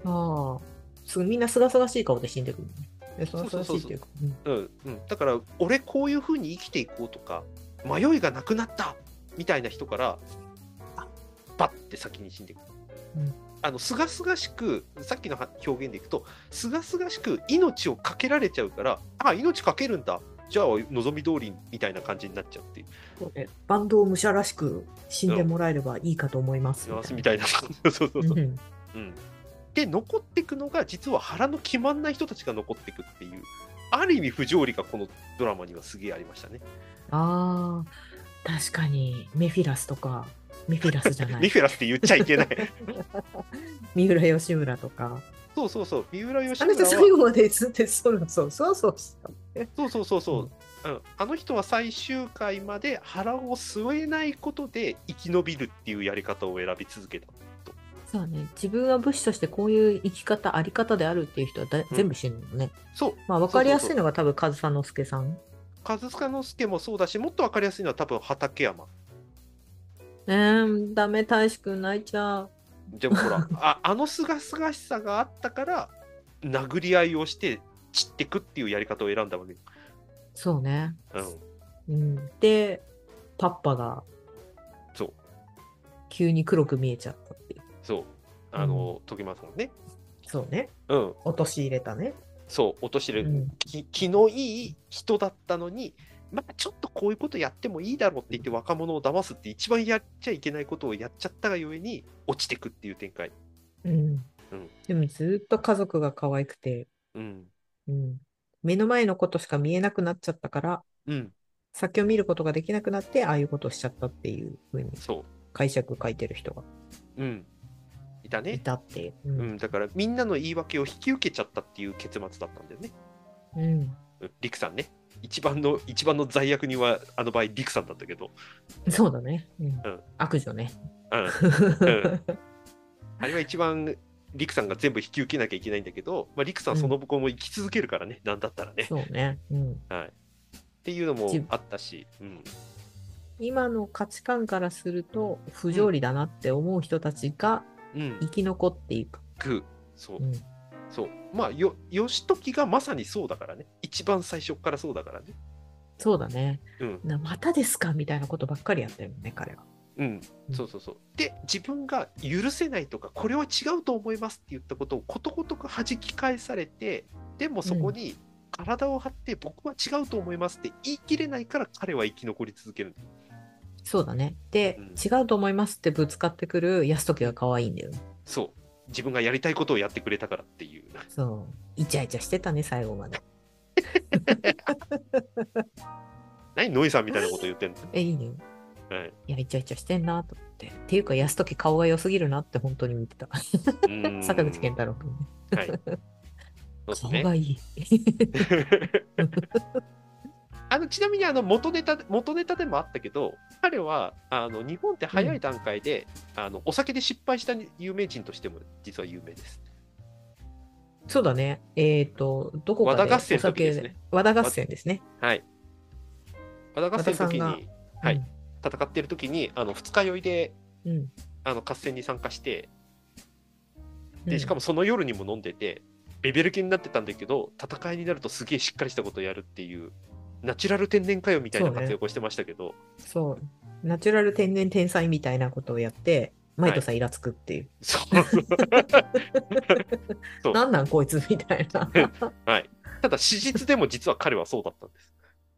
[SPEAKER 2] ああ。すみんなすがすがしい顔で死んでくるね。でそ
[SPEAKER 3] そう
[SPEAKER 2] の
[SPEAKER 3] そうそう
[SPEAKER 2] すがしい
[SPEAKER 3] そう
[SPEAKER 2] っていうか。うん
[SPEAKER 3] うんうん、だから俺こういう風に生きていこうとか迷いがなくなったみたいな人からあバッて先に死んでいく
[SPEAKER 2] うん。
[SPEAKER 3] あのすがすがしくさっきのは表現でいくとすがすがしく命をかけられちゃうからあ命かけるんだじゃあ望み通りみたいな感じになっちゃうっていう
[SPEAKER 2] そうねバンドを武者らしく死んでもらえればいいかと思います。
[SPEAKER 3] 幸せみた いなそうそうそう、
[SPEAKER 2] うんうん
[SPEAKER 3] うん、で残っていくのが実は腹の決まんない人たちが残っていくっていうある意味不条理がこのドラマにはすげえありましたね
[SPEAKER 2] ああ、確かに、メフィラスとか、メフィラスじゃな
[SPEAKER 3] ミ
[SPEAKER 2] い、
[SPEAKER 3] フェラスって言っちゃいけない
[SPEAKER 2] 三浦義村とか、
[SPEAKER 3] そうそうそう、三浦義
[SPEAKER 2] あ
[SPEAKER 3] 村
[SPEAKER 2] の人
[SPEAKER 3] は
[SPEAKER 2] 最後までずっとそうそうそうそうそう。
[SPEAKER 3] そうそうそうそう、うんあの人は最終回まで腹を据えないことで生き延びるっていうやり方を選び続けた。
[SPEAKER 2] そうね、自分は武士としてこういう生き方、あり方であるっていう人はだ、全部死ぬのね。
[SPEAKER 3] そう、
[SPEAKER 2] まあ、わかりやすいのが多分、上総介さん。
[SPEAKER 3] 数塚之助もそうだし、もっとわかりやすいのは多分畠山。
[SPEAKER 2] えー、ダメ、大志くん泣いちゃう。
[SPEAKER 3] でもほ ら、ああのすがすがしさがあったから、殴り合いをして散ってくっていうやり方を選んだわけ。
[SPEAKER 2] そうね。
[SPEAKER 3] うん、
[SPEAKER 2] うん、で、パッパが
[SPEAKER 3] そう、
[SPEAKER 2] 急に黒く見えちゃったっていう。
[SPEAKER 3] そう、あの、時松さんね。
[SPEAKER 2] そうね。
[SPEAKER 3] うん、
[SPEAKER 2] 落とし入れたね。
[SPEAKER 3] そう、落とし
[SPEAKER 2] う
[SPEAKER 3] 入れ、
[SPEAKER 2] ん、
[SPEAKER 3] き気のいい人だったのに、まあ、ちょっとこういうことやってもいいだろうって言って若者を騙すって一番やっちゃいけないことをやっちゃったがゆえに落ちてくっていう展開。
[SPEAKER 2] うん
[SPEAKER 3] うん。
[SPEAKER 2] でも、ずっと家族が可愛くて、
[SPEAKER 3] うん。
[SPEAKER 2] うん、目の前のことしか見えなくなっちゃったから
[SPEAKER 3] うん。
[SPEAKER 2] 先を見ることができなくなってああいうことをしちゃったっていうふうに
[SPEAKER 3] そ
[SPEAKER 2] 解釈書いてる人が
[SPEAKER 3] う。うん。いた
[SPEAKER 2] い
[SPEAKER 3] ね。
[SPEAKER 2] たっていう。う
[SPEAKER 3] うんん。だからみんなの言い訳を引き受けちゃったっていう結末だったんだよね。
[SPEAKER 2] うん
[SPEAKER 3] うんリクさんね。一番の、一番の罪悪人はあの場合リクさんだったけど。
[SPEAKER 2] そうだね、うん
[SPEAKER 3] うん
[SPEAKER 2] 悪女ね。
[SPEAKER 3] うん。 あれは一番リクさんが全部引き受けなきゃいけないんだけど、まあ、リクさんその後も生き続けるからね。なんだったらね。
[SPEAKER 2] そうね、うん。
[SPEAKER 3] はい、っていうのも
[SPEAKER 2] 自分
[SPEAKER 3] あったし、うん、
[SPEAKER 2] 今の価値観からすると不条理だなって思う人たちが
[SPEAKER 3] うん
[SPEAKER 2] 生、き残っていく。
[SPEAKER 3] くそう、
[SPEAKER 2] うん
[SPEAKER 3] そう、まあ、よ義時がまさにそうだからね、一番最初からそうだからね、
[SPEAKER 2] そうだね。
[SPEAKER 3] うん、
[SPEAKER 2] なまたですかみたいなことばっかりやったよね、彼は。
[SPEAKER 3] うん、そうそうそう。で、自分が許せないとか、これは違うと思いますって言ったことをことごとく弾き返されて、でもそこに体を張って、僕は違うと思いますって言い切れないから、彼は生き残り続けるんだよ。
[SPEAKER 2] そうだね。で、
[SPEAKER 3] うん
[SPEAKER 2] 違うと思いますってぶつかってくる泰時が可愛いんだよね。
[SPEAKER 3] そう自分がやりたいことをやってくれたからっていう。
[SPEAKER 2] そう。イチャイチャしてたね、最後まで。
[SPEAKER 3] 何、ノイさんみたいなこと言ってんの、
[SPEAKER 2] え、いいね。
[SPEAKER 3] はい、
[SPEAKER 2] いや、イチャイチャしてんなと思って。っていうか、安時顔が良すぎるなって本当に見てた。
[SPEAKER 3] うーん
[SPEAKER 2] 坂口健太郎君、ね、
[SPEAKER 3] はい。そうです
[SPEAKER 2] 顔
[SPEAKER 3] ね。
[SPEAKER 2] がいい。
[SPEAKER 3] あのちなみにあの元ネタ元ネタでもあったけど、彼はあの日本って早い段階で、あのお酒で失敗した有名人としても実は有名です。
[SPEAKER 2] そうだね。えっ、と、どこか
[SPEAKER 3] 和田合戦の時ですね。
[SPEAKER 2] お酒で和田合戦ですね。
[SPEAKER 3] はい。和田合戦の時に
[SPEAKER 2] う
[SPEAKER 3] は
[SPEAKER 2] ん
[SPEAKER 3] い戦ってる時にあの二日酔いで
[SPEAKER 2] うん。
[SPEAKER 3] あの合戦に参加して、
[SPEAKER 2] うん
[SPEAKER 3] でしかもその夜にも飲んでてベベル気になってたんだけど戦いになるとすげえしっかりしたことをやるっていうナチュラル天然かよみたいな活躍をしてましたけど、
[SPEAKER 2] そう。ナチュラル天然天才みたいなことをやって、マイトさんイラつくっていう。
[SPEAKER 3] そうそう
[SPEAKER 2] なんなんこいつみたいな。
[SPEAKER 3] はい。ただ、史実でも実は彼はそうだったんです。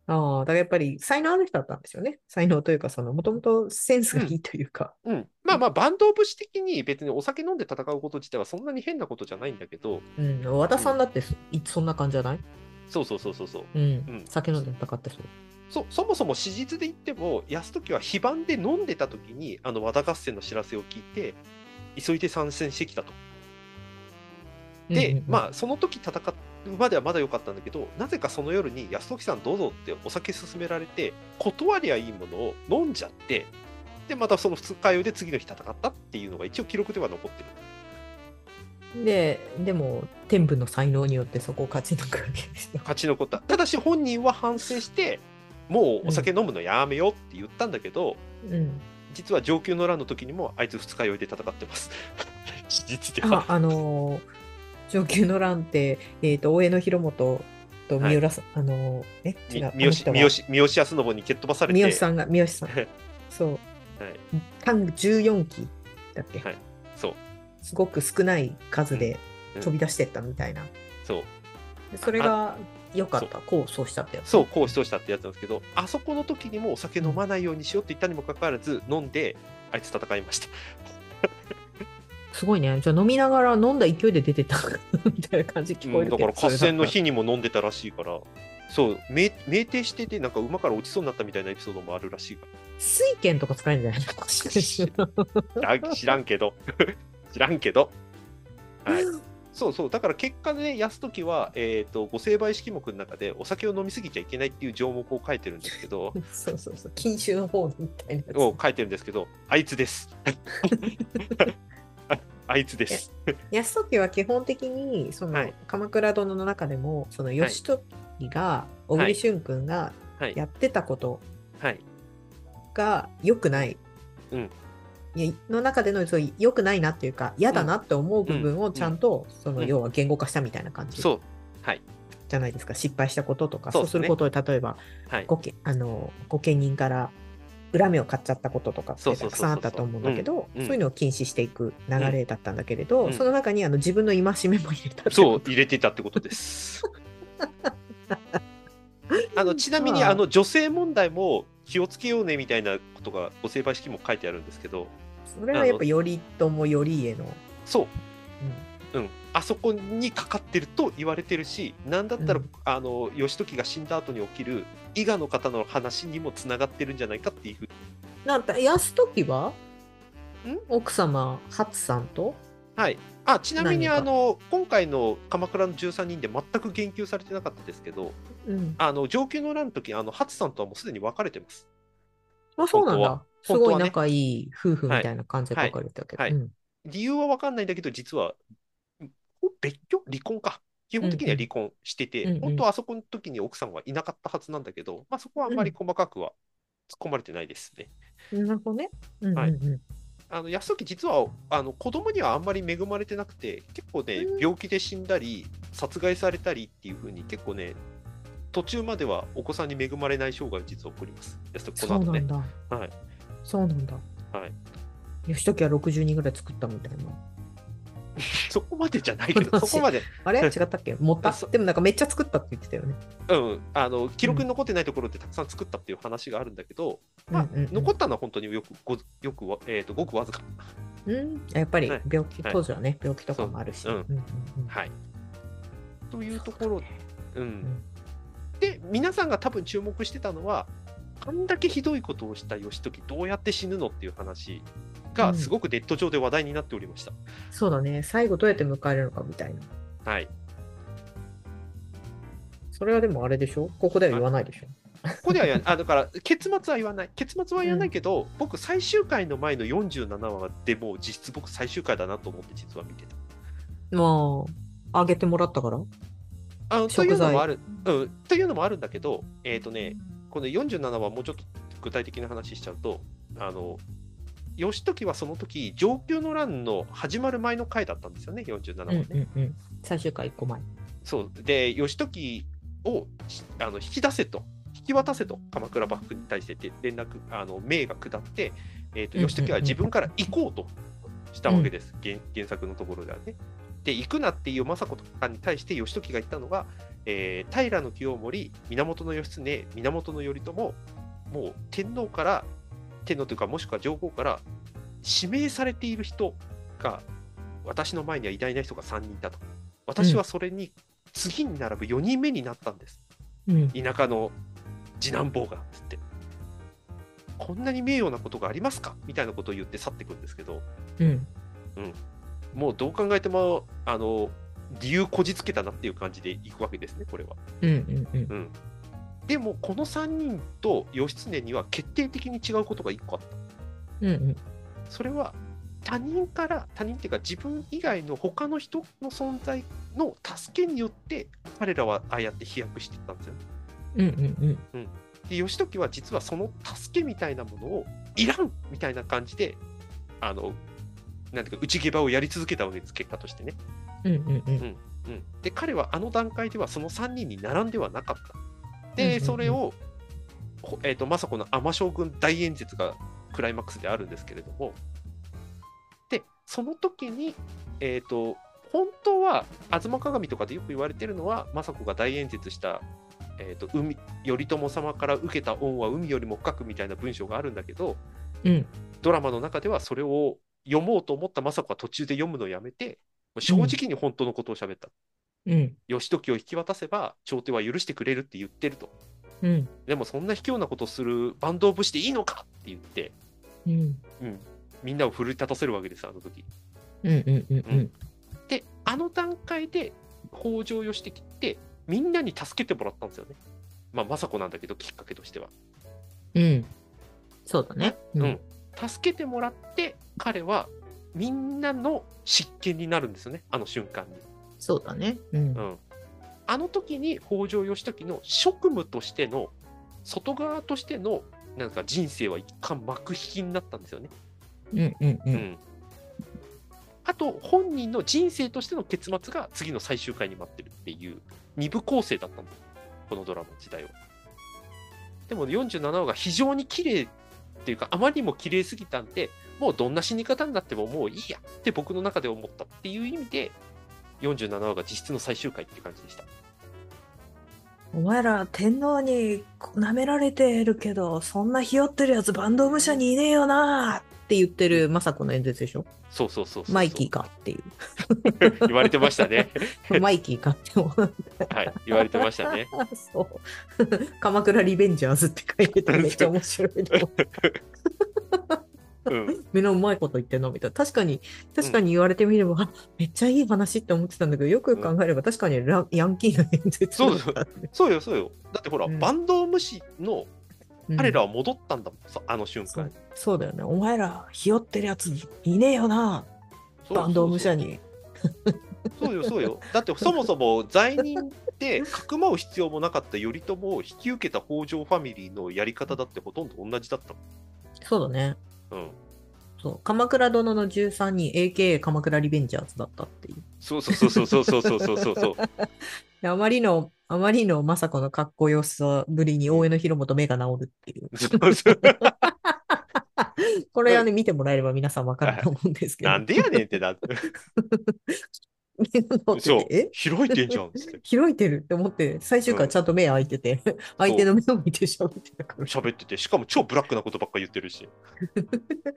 [SPEAKER 2] ああ、だからやっぱり才能ある人だったんですよね。才能というか、その、もともとセンスがいいというか。
[SPEAKER 3] うん。まあまあ、バンド武士的に別にお酒飲んで戦うこと自体はそんなに変なことじゃないんだけど、
[SPEAKER 2] うん。和田さんだってそ、いそんな感じじゃない
[SPEAKER 3] そうそうそうそうそう。
[SPEAKER 2] うん。
[SPEAKER 3] うん
[SPEAKER 2] 酒飲んで戦ってそう。
[SPEAKER 3] そそもそも史実で言っても、泰時は非番で飲んでた時に、あの和田合戦の知らせを聞いて、急いで参戦してきたと。で、
[SPEAKER 2] うんうんうん
[SPEAKER 3] まあ、その時戦まではまだ良かったんだけど、なぜかその夜に安時さんどうぞってお酒勧められて、断りゃいいものを飲んじゃって、で、またその二日酔いで次の日戦ったっていうのが一応記録では残ってる。
[SPEAKER 2] で、でも、天部の才能によってそこを勝ち抜くわけですよ。
[SPEAKER 3] 勝ち残った。ただし本人は反省して、もうお酒飲むのやめようって言ったんだけど、
[SPEAKER 2] うん。
[SPEAKER 3] 実は上級の乱の時にもあいつ二日酔いで戦ってます。 事実で
[SPEAKER 2] あ
[SPEAKER 3] は。、
[SPEAKER 2] あのー上級の乱って、えっ、と、大江の広元と三浦さん、あのーえ、
[SPEAKER 3] み
[SPEAKER 2] 違
[SPEAKER 3] 三好
[SPEAKER 2] う。あの人は
[SPEAKER 3] 三好三好康信に蹴っ飛ばされて
[SPEAKER 2] 三好さんが、三好さん。そう。
[SPEAKER 3] はい
[SPEAKER 2] 単14期だっけ、
[SPEAKER 3] はいそう
[SPEAKER 2] すごく少ない数で
[SPEAKER 3] うん
[SPEAKER 2] 飛び出してったみたいな。
[SPEAKER 3] そう
[SPEAKER 2] でそれが良かった。こう、そうしたってやつ。
[SPEAKER 3] そうこうしとしたってやつなんですけどあそこの時にもお酒飲まないようにしようって言ったにもかかわらず飲んであいつ戦いました
[SPEAKER 2] すごいね。じゃあ飲みながら飲んだ勢いで出てた みたいな感じ聞こ
[SPEAKER 3] う
[SPEAKER 2] え
[SPEAKER 3] ん
[SPEAKER 2] る
[SPEAKER 3] だ
[SPEAKER 2] けど。
[SPEAKER 3] から合戦の日にも飲んでたらしいからそう酩酩酊しててなんか馬から落ちそうになったみたいなエピソードもあるらしいか
[SPEAKER 2] 水拳とか使えるんじゃないの
[SPEAKER 3] ら知らん知らんけど 知らんけどはいそうそうだから結果で、ね、安時は、えー、とご成敗式目の中でお酒を飲みすぎちゃいけないっていう条目を書いてるんですけど
[SPEAKER 2] そうそうそう。禁酒の方みたいなやつ。
[SPEAKER 3] を書いてるんですけどあいつです ああいつです
[SPEAKER 2] 安時は基本的にその、
[SPEAKER 3] はい
[SPEAKER 2] 鎌倉殿の中でもその義時が小栗旬君が
[SPEAKER 3] はい
[SPEAKER 2] やってたこと
[SPEAKER 3] はい。
[SPEAKER 2] が良くない、
[SPEAKER 3] うん
[SPEAKER 2] いやの中でのそう良くないなっていうか嫌だなって思う部分をちゃんと、その
[SPEAKER 3] うん
[SPEAKER 2] 要は言語化したみたいな感じじ
[SPEAKER 3] そう。
[SPEAKER 2] ゃないですか失敗したこととか
[SPEAKER 3] そ
[SPEAKER 2] そうう,、
[SPEAKER 3] です
[SPEAKER 2] す
[SPEAKER 3] ね
[SPEAKER 2] ることで例えば
[SPEAKER 3] はい。
[SPEAKER 2] ごけあの御家人から恨みを買っちゃったこととかって
[SPEAKER 3] そう
[SPEAKER 2] た
[SPEAKER 3] そうそうそう
[SPEAKER 2] くさんあったと思うんだけど
[SPEAKER 3] うんうん
[SPEAKER 2] そういうのを禁止していく流れだったんだけれど、
[SPEAKER 3] うん
[SPEAKER 2] その中にあの自分の戒めも入れたって
[SPEAKER 3] そう
[SPEAKER 2] こ、と
[SPEAKER 3] 入れてたってこと です。あのちなみに
[SPEAKER 2] まあ
[SPEAKER 3] あの女性問題も気をつけようねみたいなことがご成敗式も書いてあるんですけど、
[SPEAKER 2] それはやっぱ頼朝頼家の、
[SPEAKER 3] そう
[SPEAKER 2] うん、
[SPEAKER 3] うん、あそこにかかってると言われてるし、なんだったら、
[SPEAKER 2] うん
[SPEAKER 3] あの義時が死んだ後に起きる伊賀の方の話にもつながってるんじゃないかっていうふうに。
[SPEAKER 2] なんだ安時は
[SPEAKER 3] ん
[SPEAKER 2] 奥様初さんと
[SPEAKER 3] はい。あちなみに
[SPEAKER 2] 何が
[SPEAKER 3] あの今回の鎌倉の13人で全く言及されてなかったですけど、
[SPEAKER 2] うん
[SPEAKER 3] あの上級の乱の時あの初さんとはもうすでに別れてます。
[SPEAKER 2] あ、そうなんだ。す
[SPEAKER 3] 本当
[SPEAKER 2] ごい
[SPEAKER 3] はね
[SPEAKER 2] 仲いい夫婦みたいな感じで書かれてたけど。
[SPEAKER 3] はいはい
[SPEAKER 2] うん
[SPEAKER 3] 理由は分かんないんだけど、実は、ん別居離婚か。基本的には離婚してて、
[SPEAKER 2] うんうん
[SPEAKER 3] 本当はあそこの時に奥さんはいなかったはずなんだけど、まあ、そこはあんまり細かくは突っ込まれてないですね。
[SPEAKER 2] なるほどね。うんうん
[SPEAKER 3] はい
[SPEAKER 2] うん
[SPEAKER 3] あの安時実はあの子供にはあんまり恵まれてなくて、結構ね
[SPEAKER 2] う、ん
[SPEAKER 3] 病気で死んだり、殺害されたりっていう風に、結構ね、途中まではお子さんに恵まれない生涯を実は起こります。安時、こ
[SPEAKER 2] そ
[SPEAKER 3] の
[SPEAKER 2] う
[SPEAKER 3] 後
[SPEAKER 2] な
[SPEAKER 3] ね
[SPEAKER 2] ん。だ。
[SPEAKER 3] はい
[SPEAKER 2] そうなんだ。
[SPEAKER 3] はい
[SPEAKER 2] 義時は60人ぐらい作ったみたいな。
[SPEAKER 3] そこまでじゃ ないけど、そこまで、
[SPEAKER 2] あれ違ったっけ持った
[SPEAKER 3] そ
[SPEAKER 2] でもなんかめっちゃ作ったって言ってたよね。
[SPEAKER 3] うん、あの記録に残ってないところってたくさん作ったっていう話があるんだけど、まあ
[SPEAKER 2] うんうんうん
[SPEAKER 3] 残ったのは本当によくごよくわ、えー、とごくわずか。
[SPEAKER 2] うん、やっぱり
[SPEAKER 3] はい
[SPEAKER 2] 病気、
[SPEAKER 3] はい
[SPEAKER 2] 当時はね、病気とかもあるし。
[SPEAKER 3] そううん
[SPEAKER 2] んんうん
[SPEAKER 3] はい、というところ、うん
[SPEAKER 2] ん
[SPEAKER 3] で皆さんが多分注目してたのはあんだけひどいことをした義時どうやって死ぬのっていう話
[SPEAKER 2] う
[SPEAKER 3] が
[SPEAKER 2] ん
[SPEAKER 3] すごくネット上で話題になっておりました。
[SPEAKER 2] そうだね、最後どうやって迎えるのかみたいな。
[SPEAKER 3] はい、
[SPEAKER 2] それはでもあれでしょここでは言わないでしょ
[SPEAKER 3] ここではや あだから結末は言わない結末は言わないけど、僕最終回の前の47話でもう実質僕最終回だなと思って実は見てた。
[SPEAKER 2] まあ、あげてもらったから。
[SPEAKER 3] あのとい
[SPEAKER 2] 食
[SPEAKER 3] うの
[SPEAKER 2] 材
[SPEAKER 3] もある、うん、というのもあるんだけど、えっ、とね、この47はもうちょっと具体的な話しちゃうと、あの、義時はその時上級の乱の始まる前の回だったんですよね、47は
[SPEAKER 2] うん
[SPEAKER 3] ね。
[SPEAKER 2] うんうん、最終回1個前。
[SPEAKER 3] そうで、義時をしあの引き出せと、引き渡せと、鎌倉幕府に対してって連絡、あの命が下って、えーと
[SPEAKER 2] うんうんうん
[SPEAKER 3] 義時は自分から行こうとしたわけです、原原作のところではね。で、行くなっていう政子とかに対して義時が言ったのが、えー平清盛、源義経、源頼朝、もう天皇から、天皇というか、もしくは上皇から指名されている人が、私の前には偉大な人が3人だと。私はそれに次に並ぶ4人目になったんです。
[SPEAKER 2] うん、
[SPEAKER 3] 田舎の次男坊がつってこんなに名誉なことがありますかみたいなことを言って去っていくんですけど
[SPEAKER 2] うん
[SPEAKER 3] もうどう考えてもあの理由こじつけたなっていう感じでいくわけですね、これは。
[SPEAKER 2] うんうんうん
[SPEAKER 3] うん、でも、この3人と義経には決定的に違うことが1個あった。
[SPEAKER 2] うんうん
[SPEAKER 3] それは他人から他人っていうか自分以外の他の人の存在の助けによって彼らはああやって飛躍していったんですよね。
[SPEAKER 2] うんうんうん
[SPEAKER 3] で義時は実はその助けみたいなものをいらんみたいな感じであのなんていうか内毛場をやり続けたわけです結果としてね。
[SPEAKER 2] うんうんうん
[SPEAKER 3] うん、で彼はあの段階ではその3人に並んではなかった。
[SPEAKER 2] うんうんう
[SPEAKER 3] で
[SPEAKER 2] ん
[SPEAKER 3] それを、ほえー、と政子の天将軍大演説がクライマックスであるんですけれどもでその時に、えー、と本当は「吾妻鏡」とかでよく言われてるのは政子が大演説した、えーと海頼朝様から受けた恩は海よりも深くみたいな文章があるんだけど
[SPEAKER 2] うん
[SPEAKER 3] ドラマの中ではそれを読もうと思った政子は途中で読むのをやめて正直に本当のことを喋った。
[SPEAKER 2] うん
[SPEAKER 3] 義時を引き渡せば朝廷は許してくれるって言ってると
[SPEAKER 2] うん
[SPEAKER 3] でもそんな卑怯なことする坂東武士でいいのかって言って、
[SPEAKER 2] うん
[SPEAKER 3] うん、みんなを奮い立たせるわけですあの時
[SPEAKER 2] うんうんうんうん
[SPEAKER 3] であの段階で北条義時ってみんなに助けてもらったんですよねまあ政子なんだけどきっかけとしては
[SPEAKER 2] うんそうだねう
[SPEAKER 3] うん助けてもらって彼はみんなの執権になるんですよねあの瞬間に
[SPEAKER 2] そうだねうん
[SPEAKER 3] うん、あの時に北条義時の職務としての外側としてのなんか人生は一貫幕引きになったんですよね。
[SPEAKER 2] うんうんう
[SPEAKER 3] うんん、あと本人の人生としての結末が次の最終回に待ってるっていう二部構成だったんですこのドラマ自体は。でも47話が非常に綺麗っていうかあまりにも綺麗すぎたんでもうどんな死に方になってももういいやって僕の中で思ったっていう意味で47話が実質の最終回っていう感じでした。
[SPEAKER 2] お前ら天皇に舐められてるけどそんなひよってるやつ坂東武者にいねえよなって言ってる政子の演説でしょ
[SPEAKER 3] そうそうそうそうそう
[SPEAKER 2] マイキーかってい
[SPEAKER 3] 言われてました ね。
[SPEAKER 2] うマイキーかって思う
[SPEAKER 3] はい、言われてましたね。
[SPEAKER 2] そう「鎌倉リベンジャーズ」って書いててめっちゃ面白いと思う
[SPEAKER 3] うん、
[SPEAKER 2] 目のうまいこと言ってんのみたいな確かに確かに言われてみれば、あめっちゃいい話って思ってたんだけどよくよく考えれば確かにラヤンキーの演説だったね
[SPEAKER 3] そうよ、そうよ。だってほら、
[SPEAKER 2] うん
[SPEAKER 3] バンドウムシの
[SPEAKER 2] うん
[SPEAKER 3] 彼らは戻ったんだもん、さあの瞬
[SPEAKER 2] そ
[SPEAKER 3] 間
[SPEAKER 2] う。そうだよねお前らひよってるやついねえよな
[SPEAKER 3] そう
[SPEAKER 2] 坂東武者。に
[SPEAKER 3] そうよ、そうよ。だってそもそも罪人でかくまう必要もなかった頼朝を引き受けた北条ファミリーのやり方だってほとんど同じだった
[SPEAKER 2] そうだね
[SPEAKER 3] もん。うん。
[SPEAKER 2] そう鎌倉殿の13人 AKA 鎌倉リベンジャーズだったっていう
[SPEAKER 3] そうそうそうそうそうそうそうそう そう。
[SPEAKER 2] であまりのあまりの政子のかっこよさぶりに大江の広元目が治るっていう
[SPEAKER 3] そうそう
[SPEAKER 2] これはね見てもらえれば皆さんわかると思うんですけど
[SPEAKER 3] なんでやねんってなって。
[SPEAKER 2] 目が治ってて
[SPEAKER 3] そう
[SPEAKER 2] え。
[SPEAKER 3] 開いてんじゃんっつって。
[SPEAKER 2] 開いてるって思って最終回ちゃんと目開いてて、相手の目を見て喋って たから
[SPEAKER 3] 喋ってて、しかも超ブラックなことばっか言ってるし。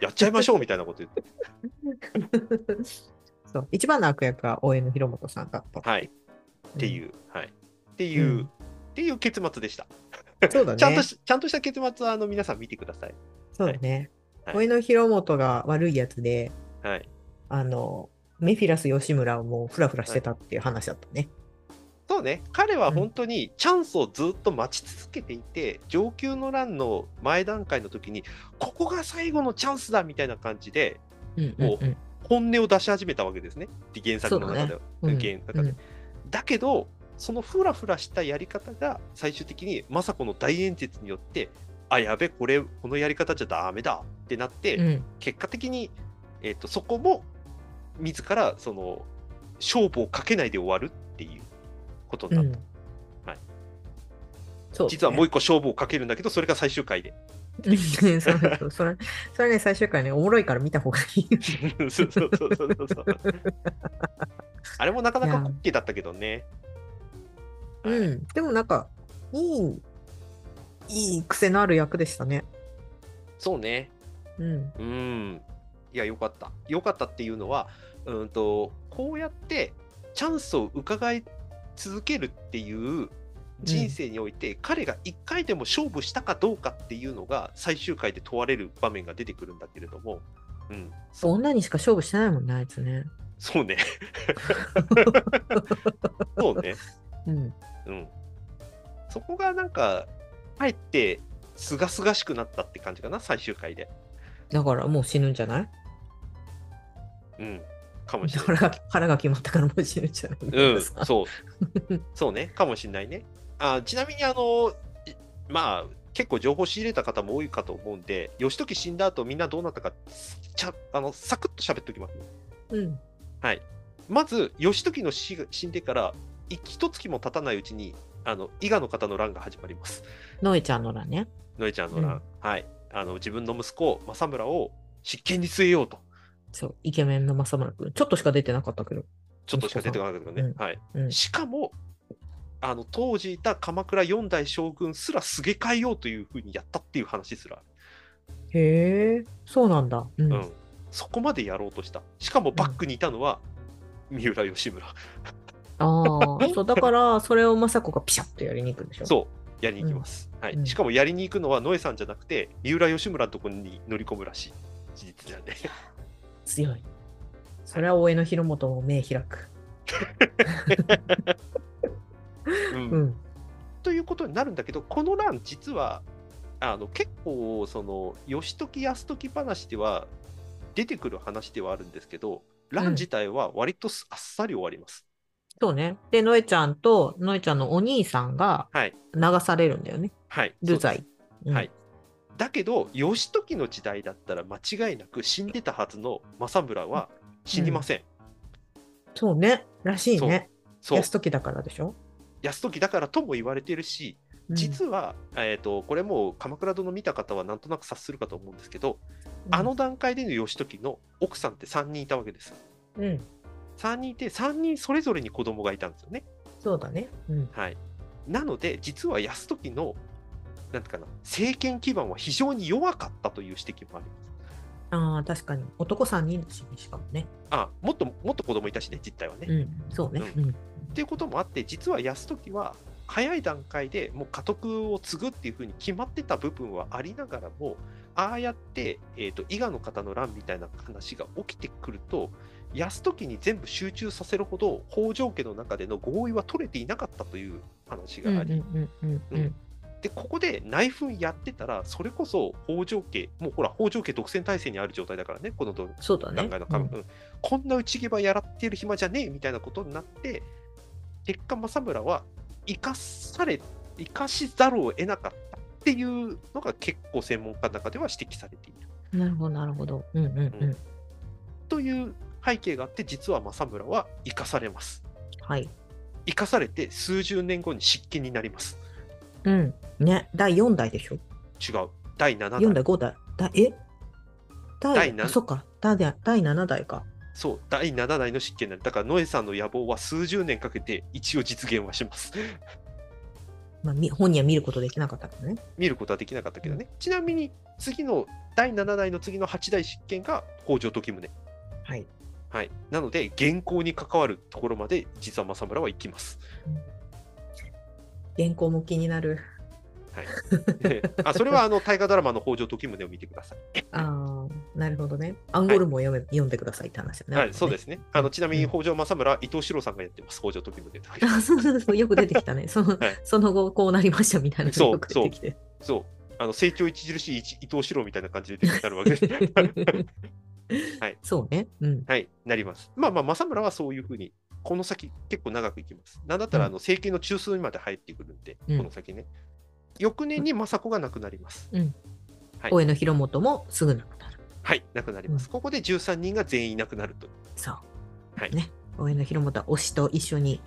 [SPEAKER 3] やっちゃいましょうみたいなこと言って。
[SPEAKER 2] そう一番の悪役は大江の広元さんだった、
[SPEAKER 3] はい。っていうう、はい。っていう、
[SPEAKER 2] うん
[SPEAKER 3] っていう結末でした。
[SPEAKER 2] そうだね
[SPEAKER 3] ちゃんとし、ちゃんとした結末は、あの、皆さん見てください。
[SPEAKER 2] そうだね、
[SPEAKER 3] はい
[SPEAKER 2] 大江の広元が悪いやつで
[SPEAKER 3] はい。
[SPEAKER 2] あのメフィラス吉村はもうフラフラしてたっていう話だったね、
[SPEAKER 3] そうね、彼は本当にチャンスをずっと待ち続けていて、上級の乱の前段階の時に、ここが最後のチャンスだみたいな感じで、
[SPEAKER 2] うんうんうん
[SPEAKER 3] 本音を出し始めたわけですね。で原作の中では。
[SPEAKER 2] そうだねうん
[SPEAKER 3] 原作の中で。だけど、そのフラフラしたやり方が、最終的に政子の大演説によって、あ、やべ、これ、このやり方じゃダメだってなって、
[SPEAKER 2] うん
[SPEAKER 3] 結果的に、えっとそこも自らその勝負をかけないで終わるっていうことに
[SPEAKER 2] う
[SPEAKER 3] なった、
[SPEAKER 2] ん
[SPEAKER 3] はい
[SPEAKER 2] そう
[SPEAKER 3] 実はもう一個勝負をかけるんだけどそれが最終回で
[SPEAKER 2] うん そうそうそれそれね最終回ねおもろいから見た方がいい
[SPEAKER 3] そうそうそうそう そうあれもなかなか滑稽だったけどねはい
[SPEAKER 2] うんでもなんかいいいい癖のある役でしたね
[SPEAKER 3] そうね
[SPEAKER 2] うん
[SPEAKER 3] うんいやよかったよかったっていうのはうんとこうやってチャンスを伺い続けるっていう人生において、彼が1回でも勝負したかどうかっていうのが最終回で問われる場面が出てくるんだけれども、うん、
[SPEAKER 2] 女にしか勝負してないもんねあいつね
[SPEAKER 3] そうね。そうね。
[SPEAKER 2] うん、
[SPEAKER 3] うん。そこがなんか、かえって、すがすがしくなったって感じかな、最終回で。
[SPEAKER 2] だからもう死ぬんじゃない
[SPEAKER 3] うん。かもしれない。
[SPEAKER 2] 腹が腹が決まったからもう死ぬんじゃない、
[SPEAKER 3] うん、そう。そうね、かもしれないね。あちなみに、あの、いまあ、結構情報仕入れた方も多いかと思うんで、義時死んだ後みんなどうなったか、ちゃあのサクッと喋っておきます。
[SPEAKER 2] うん、
[SPEAKER 3] まず、義時の死が死んでから、い一月も経たないうちに、あの伊賀の方の乱が始まります。
[SPEAKER 2] ノエちゃんのらね。
[SPEAKER 3] のえちゃんの乱、はいあの。自分の息子、政村を執権に据えようと。
[SPEAKER 2] そう、イケメンの正村君。ちょっとしか出てなかったけど。
[SPEAKER 3] ちょっとしか出てこなかったけどね。
[SPEAKER 2] 息子
[SPEAKER 3] はい
[SPEAKER 2] うん、
[SPEAKER 3] しかも、あの当時いた鎌倉四代将軍すらすげ替えようというふうにやったっていう話すらあ
[SPEAKER 2] へえ、そうなんだ。うん。
[SPEAKER 3] る、うんそこまでやろうとした。しかもバックにいたのは三浦義村。
[SPEAKER 2] ああ、そう、だから、それを政子がピシャッとやりに行くんでしょ。
[SPEAKER 3] そう、やりに行きます。は
[SPEAKER 2] うん
[SPEAKER 3] い、しかもやりに行くのはノエさんじゃなくて、三浦義村のところに乗り込むらしい。事実 なんで。
[SPEAKER 2] 強い。それは大江の広元も目開く。
[SPEAKER 3] うん
[SPEAKER 2] うん。
[SPEAKER 3] ということになるんだけど、この乱、実はあの結構、その義時、泰時話では出てくる話ではあるんですけど、
[SPEAKER 2] うん
[SPEAKER 3] 乱自体は割とすあっさり終わります。
[SPEAKER 2] そうね。で、ノエちゃんと、ノエちゃんのお兄さんが
[SPEAKER 3] はい
[SPEAKER 2] 流されるんだよね。
[SPEAKER 3] はい、
[SPEAKER 2] 流罪。うん
[SPEAKER 3] はい。だけど、義時の時代だったら間違いなく死んでたはずの政村は死にません。
[SPEAKER 2] そうね。らしいね。
[SPEAKER 3] そう
[SPEAKER 2] 安時だからでしょ。
[SPEAKER 3] 泰時だからとも言われてるし、
[SPEAKER 2] うん
[SPEAKER 3] 実は、えー、とこれもう鎌倉殿見た方はなんとなく察するかと思うんですけど、あの、段階での義時の奥さんって3人いたわけです。
[SPEAKER 2] うんうん。
[SPEAKER 3] 3人いて3人それぞれに子供がいたんですよね。
[SPEAKER 2] そうだね。うん。
[SPEAKER 3] はい、なので実は泰時のなんていうかな政権基盤は非常に弱かったという指摘もあります。
[SPEAKER 2] ああ、確かに。男3人だし、ね、しかもね。
[SPEAKER 3] あもっともっと子供いたしね実態はね。
[SPEAKER 2] うん。そうね。
[SPEAKER 3] う
[SPEAKER 2] うん。
[SPEAKER 3] っていうこともあって実は泰時は早い段階でもう家督を継ぐっていうふうに決まってた部分はありながらもああやって、えー、と伊賀の方の乱みたいな話が起きてくると泰時に全部集中させるほど北条家の中での合意は取れていなかったという話
[SPEAKER 2] うん
[SPEAKER 3] があり、
[SPEAKER 2] うんうんうんうん。
[SPEAKER 3] でここで内紛やってたらそれこそ北条家もうほら北条家独占体制にある状態だからねこのど
[SPEAKER 2] そうだね
[SPEAKER 3] 段。階の株、うんこんな内毛ばやらってる暇じゃねえみたいなことになって結果政村は生かされ生かしざるを得なかったっていうのが結構専門家の中では指摘されている
[SPEAKER 2] うんなるほど、なるほど。うんうんうん。
[SPEAKER 3] という背景があって実は政村は生かされます
[SPEAKER 2] はい。
[SPEAKER 3] 生かされて数十年後に執権になります
[SPEAKER 2] うん。ね。第4代でしょ。
[SPEAKER 3] 違う第7
[SPEAKER 2] 4
[SPEAKER 3] 代
[SPEAKER 2] 代、5代。だえ
[SPEAKER 3] 第
[SPEAKER 2] 第
[SPEAKER 3] 七
[SPEAKER 2] あ、そっか。だで第7代か。
[SPEAKER 3] そう第7代の執権になるだからノエさんの野望は数十年かけて一応実現はします
[SPEAKER 2] まあ、み本人は見ることできなかったからね。
[SPEAKER 3] 見ることはできなかったけどね、ちなみに次の第7代の次の8代執権が北条時宗、
[SPEAKER 2] はい。
[SPEAKER 3] はい、なので現行に関わるところまで実は政村は行きます、
[SPEAKER 2] 原稿も気になる。
[SPEAKER 3] はいあそれはあの大河ドラマの北条時宗を見てください、
[SPEAKER 2] ああ、なるほどね。アンゴルムを読め、読んでくださいって話だね。。
[SPEAKER 3] はい、そうですすねあのちなみ
[SPEAKER 2] う
[SPEAKER 3] に
[SPEAKER 2] ん
[SPEAKER 3] 北条政村は伊藤四郎さんがやってます北条時宗と
[SPEAKER 2] あそうそうそう。よく出てきたね。その、
[SPEAKER 3] はい
[SPEAKER 2] その後、こうなりましたみたいなのが
[SPEAKER 3] そう
[SPEAKER 2] よく出てきて。
[SPEAKER 3] そうあの成長著しい伊伊藤四郎みたいな感じで出てくる わけですはい
[SPEAKER 2] そうね。うん。
[SPEAKER 3] はい、なります。まあまあ、政村はそういうふうに、この先結構長くいきます。なんだったら、
[SPEAKER 2] う
[SPEAKER 3] あ
[SPEAKER 2] ん
[SPEAKER 3] の政権の中枢にまで入ってくるんで、
[SPEAKER 2] うん
[SPEAKER 3] この先ね。翌年に政子が亡くなります。はい
[SPEAKER 2] 大江の広元もすぐなくなる。
[SPEAKER 3] はい、亡くなります。ここで13人が全員亡くなると。
[SPEAKER 2] そう。
[SPEAKER 3] はい
[SPEAKER 2] ね。大江の広元は推しと一緒に。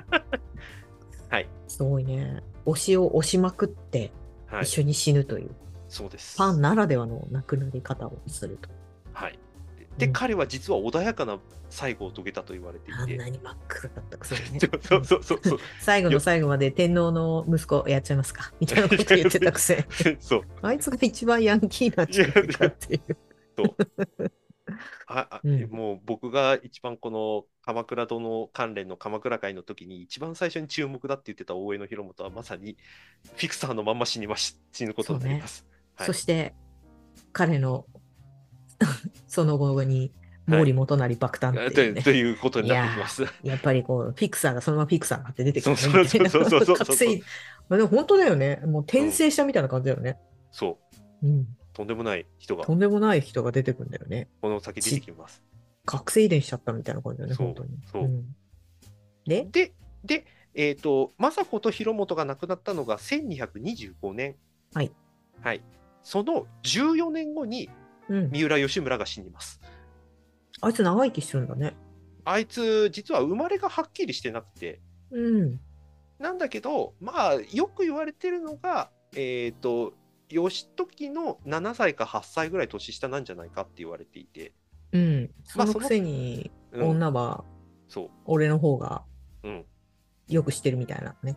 [SPEAKER 3] はい。
[SPEAKER 2] すごいね。推しを推しまくって、
[SPEAKER 3] はい
[SPEAKER 2] 一、緒に死ぬという、
[SPEAKER 3] そうです。
[SPEAKER 2] ファンならではの亡くなり方をすると。
[SPEAKER 3] はい。で、
[SPEAKER 2] うん
[SPEAKER 3] 彼は実は穏やかな最後を遂げたと言われてい
[SPEAKER 2] あんな
[SPEAKER 3] て。。
[SPEAKER 2] に真っ黒だったか、それね
[SPEAKER 3] そうそうそう そう。
[SPEAKER 2] 最後の最後まで天皇の息子やっちゃいますかみたいなこと言ってたく せに
[SPEAKER 3] そう
[SPEAKER 2] あいつが一番ヤンキーになっちゃうかっていう。
[SPEAKER 3] ああ
[SPEAKER 2] うん
[SPEAKER 3] もう僕が一番この鎌倉殿関連の鎌倉会の時に一番最初に注目だって言ってた大江の広元はまさにフィクサーのまんま死にまし死ぬことになります。はい
[SPEAKER 2] そして彼のその後に毛利元就爆誕っていう ね
[SPEAKER 3] とということになってきます。
[SPEAKER 2] やっぱりこう、フィクサーがそのままフィクサーって出てくるね
[SPEAKER 3] そうそうそうそうそう
[SPEAKER 2] みたい な覚醒まあでも本当だよね。もう転生したみたいな感じだよね。
[SPEAKER 3] そ
[SPEAKER 2] うん。
[SPEAKER 3] う、とんでもない人が
[SPEAKER 2] とんでもない人が出てくるんだよね。
[SPEAKER 3] この先出てきます。
[SPEAKER 2] 覚醒遺伝しちゃったみたいな感じだよね、
[SPEAKER 3] そう
[SPEAKER 2] 本当に。
[SPEAKER 3] そう
[SPEAKER 2] うんで、
[SPEAKER 3] で、で、えっ、と、政子と広元が亡くなったのが1225年。
[SPEAKER 2] はい。
[SPEAKER 3] はい。その14年後に
[SPEAKER 2] うん。
[SPEAKER 3] 三浦義村が死にます。
[SPEAKER 2] あいつ長生きしてるんだね。
[SPEAKER 3] あいつ、実は生まれがはっきりしてなくて、
[SPEAKER 2] うん。
[SPEAKER 3] なんだけど、まあ、よく言われてるのが、えっ、と、義時の7歳か8歳ぐらい年下なんじゃないかって言われていて、
[SPEAKER 2] うん。
[SPEAKER 3] ま
[SPEAKER 2] そ
[SPEAKER 3] あ
[SPEAKER 2] のくせに、
[SPEAKER 3] うん
[SPEAKER 2] 女は
[SPEAKER 3] そ
[SPEAKER 2] 俺の方が
[SPEAKER 3] う、うん、
[SPEAKER 2] よくしてるみたいなね。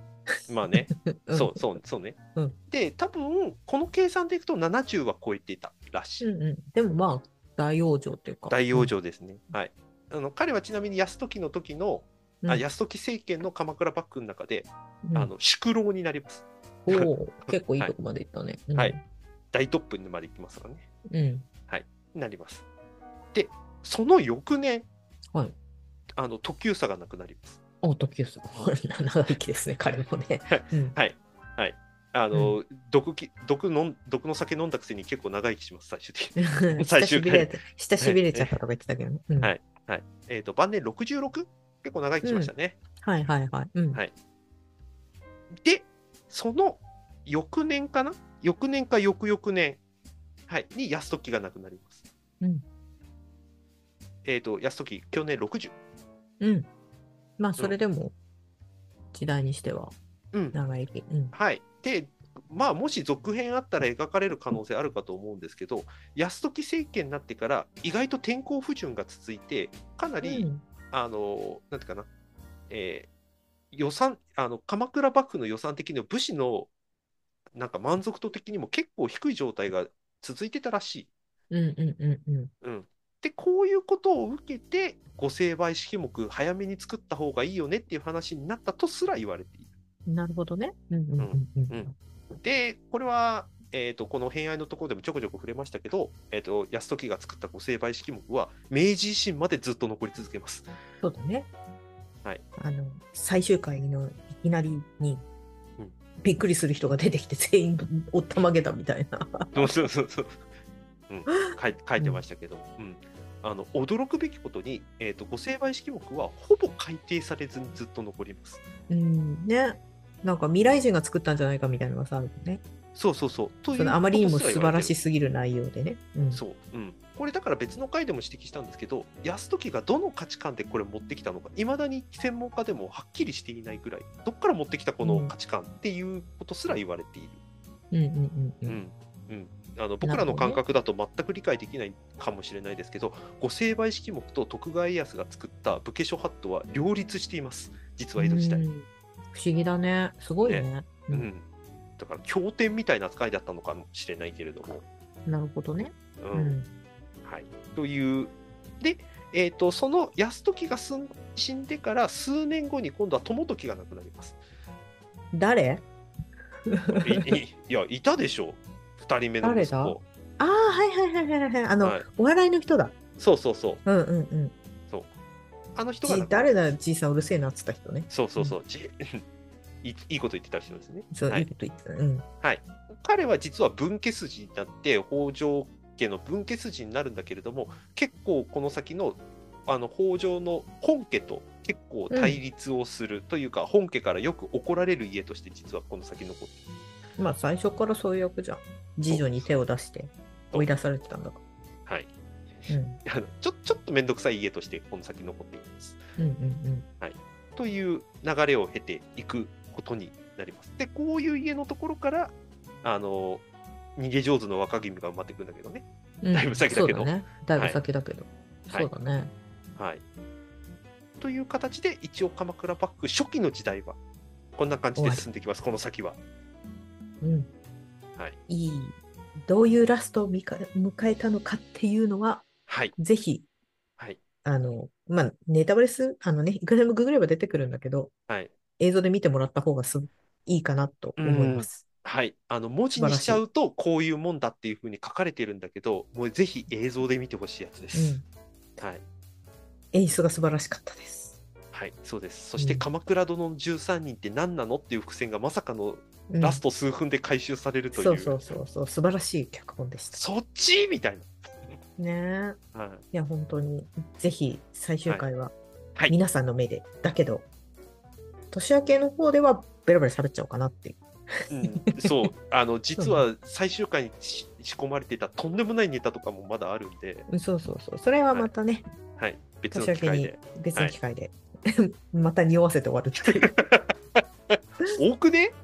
[SPEAKER 3] まあ ね、
[SPEAKER 2] ん
[SPEAKER 3] そう、そう、そうね。
[SPEAKER 2] うん
[SPEAKER 3] で、多分この計算でいくと70は超えていたらしい。
[SPEAKER 2] うんうん。でもまあ、大往生っていうか。
[SPEAKER 3] 大往生ですね。はい。あの彼はちなみに泰時の時の、
[SPEAKER 2] うん。
[SPEAKER 3] あ泰時政権の鎌倉幕府の中で、
[SPEAKER 2] うん
[SPEAKER 3] あの宿老になります。
[SPEAKER 2] おー結構いいとこまで行ったね。うん
[SPEAKER 3] はい。大トップにまで行きますからね。
[SPEAKER 2] うん。
[SPEAKER 3] なります。で、その翌年、
[SPEAKER 2] はい
[SPEAKER 3] あの時憂さがなくなります。
[SPEAKER 2] おー、時キすごい 長生きですね、彼もね。うん
[SPEAKER 3] はい。はい。あの、毒き毒のん毒の酒飲んだくせに結構長生きします、最終的に。
[SPEAKER 2] 下
[SPEAKER 3] 最
[SPEAKER 2] し
[SPEAKER 3] 終
[SPEAKER 2] び
[SPEAKER 3] 回
[SPEAKER 2] れて下しびれちゃったとか言ってたけどね。うん
[SPEAKER 3] はいえっ、と、晩年 66? 結構長生きしましたね。
[SPEAKER 2] はいはいはい。うん
[SPEAKER 3] はいで、その翌年かな翌年か翌々年、はい、に泰時が亡くなります。
[SPEAKER 2] うん
[SPEAKER 3] えっ、と、泰時、去年60。
[SPEAKER 2] うん。まあ、それでも、時代にしては
[SPEAKER 3] うん。
[SPEAKER 2] 長生き。うん。
[SPEAKER 3] はい。で、まあ、もし続編あったら描かれる可能性あるかと思うんですけど、泰時政権になってから、意外と天候不順が続いて、かなり、
[SPEAKER 2] うん
[SPEAKER 3] あの、なんていうかな、えー予算、あの、鎌倉幕府の予算的には武士の、なんか満足度的にも結構低い状態が続いてたらしい。
[SPEAKER 2] うんうんうんうん。
[SPEAKER 3] うん。で、こういうことを受けて、御成敗式目、早めに作った方がいいよねっていう話になったとすら言われている。
[SPEAKER 2] なるほどね。うんうんうんう
[SPEAKER 3] うんん。で、これは、えー、とこの偏愛のところでもちょこちょこ触れましたけど、えー、と泰時が作った御成敗式目は明治維新までずっと残り続け ます。
[SPEAKER 2] そうだね。
[SPEAKER 3] はい。
[SPEAKER 2] あの、最終回のいきなりに
[SPEAKER 3] うん、
[SPEAKER 2] びっくりする人が出てきて全員おったまげたみたい な。
[SPEAKER 3] そうそうそうそう。うん、書い書いてましたけど、うんあの驚くべきことに、えー、と御成敗式目はほぼ改定されずにずっと残ります。
[SPEAKER 2] うん。ね。なんか未来人が作ったんじゃないかみたいなのがさあるもんね。
[SPEAKER 3] そうそうそう。という
[SPEAKER 2] そのあまりにも素晴ら
[SPEAKER 3] こ
[SPEAKER 2] し
[SPEAKER 3] とす
[SPEAKER 2] すぎる内容でね。うん。
[SPEAKER 3] ら言われてる。そう、うん、これだから別の回でも指摘したんですけど泰時がどの価値観でこれ持ってきたのかいまだに専門家でもはっきりしていないぐらいどっから持ってきたこの価値観っていうことすら言われている。
[SPEAKER 2] うんうんうんう。
[SPEAKER 3] うんんうん、あの僕らの感覚だと全く理解できないかもしれないですけど御成敗式目と徳川家康が作った武家諸法度は両立しています実は江戸時代、
[SPEAKER 2] う
[SPEAKER 3] うん
[SPEAKER 2] ん不思議だね。すごいね。うん
[SPEAKER 3] だから経典みたいな扱いだったのかもしれないけれども、
[SPEAKER 2] なるほどね。
[SPEAKER 3] うん
[SPEAKER 2] うん。
[SPEAKER 3] はい、というで、えー、とその泰時がすん死んでから数年後に今度は友時が亡くなり ます
[SPEAKER 2] 誰
[SPEAKER 3] いいいやいたでしょ2人目の息子
[SPEAKER 2] ああ、はいはいはいはいはい。あの、
[SPEAKER 3] はい
[SPEAKER 2] お笑いの人だ。
[SPEAKER 3] そうそうそう
[SPEAKER 2] うんうんうん。
[SPEAKER 3] あの人が亡く
[SPEAKER 2] じ
[SPEAKER 3] なった
[SPEAKER 2] 誰だ、じいさんうるせえなっつった人ね。
[SPEAKER 3] そうそうそう、じ いいいこと言ってた人ですね。
[SPEAKER 2] そう、、
[SPEAKER 3] はい
[SPEAKER 2] い
[SPEAKER 3] い、
[SPEAKER 2] こと言ってた。うん。
[SPEAKER 3] 彼は実は分家筋になって北条家の分家筋になるんだけれども結構この先のあの北条の本家と結構対立をするというか、本家からよく怒られる家として実はこの先残っている
[SPEAKER 2] まあ、最初からそういう役じゃん。次女に手を出して
[SPEAKER 3] そう
[SPEAKER 2] 追い出されてたんだか
[SPEAKER 3] はい、
[SPEAKER 2] ら。うん。
[SPEAKER 3] あのちょちょっと面倒くさい家としてこの先残っています
[SPEAKER 2] うんうん
[SPEAKER 3] という流れを経ていくことになります。でこういう家のところからあの逃げ上手の若君が生まれてくるんだけどね。
[SPEAKER 2] うん。うん
[SPEAKER 3] だいぶ先だけど
[SPEAKER 2] そうだね。だいぶ先だけど。
[SPEAKER 3] はい
[SPEAKER 2] そうだね。
[SPEAKER 3] はい。という形で、一応鎌倉幕府初期の時代は、こんな感じで進んでいきます、この先は。
[SPEAKER 2] うん。
[SPEAKER 3] はい。
[SPEAKER 2] いい。どういうラストを見か迎えたのかっていうのは、
[SPEAKER 3] はい。
[SPEAKER 2] ぜひ、
[SPEAKER 3] はい。
[SPEAKER 2] あの、まあ、ネタバレす、あのね、いくらでもググれば出てくるんだけど、
[SPEAKER 3] はい。
[SPEAKER 2] 映像で見てもらった方がすいいかなと思います。
[SPEAKER 3] はい。あの、文字にしちゃうと、こういうもんだっていうふうに書かれてるんだけど、もうぜひ映像で見てほしいやつで
[SPEAKER 2] うん
[SPEAKER 3] す。はい、
[SPEAKER 2] 演出が素晴らしかったです。
[SPEAKER 3] はい、そうです。そして、
[SPEAKER 2] うん
[SPEAKER 3] 鎌倉殿の13人って何なのっていう伏線がまさかの
[SPEAKER 2] うん
[SPEAKER 3] ラスト数分で回収されるという、
[SPEAKER 2] そうそうそうそう、素晴らしい脚本でした。
[SPEAKER 3] そっちみたい
[SPEAKER 2] ねえ
[SPEAKER 3] な。はい、
[SPEAKER 2] いや、本当に、ぜひ最終回は
[SPEAKER 3] はい
[SPEAKER 2] 皆さんの目で、だけど、年明けの方ではベラベラ喋っちゃおうかなっていう。
[SPEAKER 3] うん、 そう、あの、実は最終回にし仕込まれてたとんでもないネタとかもまだあるんで、
[SPEAKER 2] うんそうそうそう、それはまたね、
[SPEAKER 3] はい、別の
[SPEAKER 2] 年明
[SPEAKER 3] 機
[SPEAKER 2] け
[SPEAKER 3] 会
[SPEAKER 2] に
[SPEAKER 3] で。
[SPEAKER 2] 別の機会で、 また匂わせて終わるっていう。
[SPEAKER 3] 多くね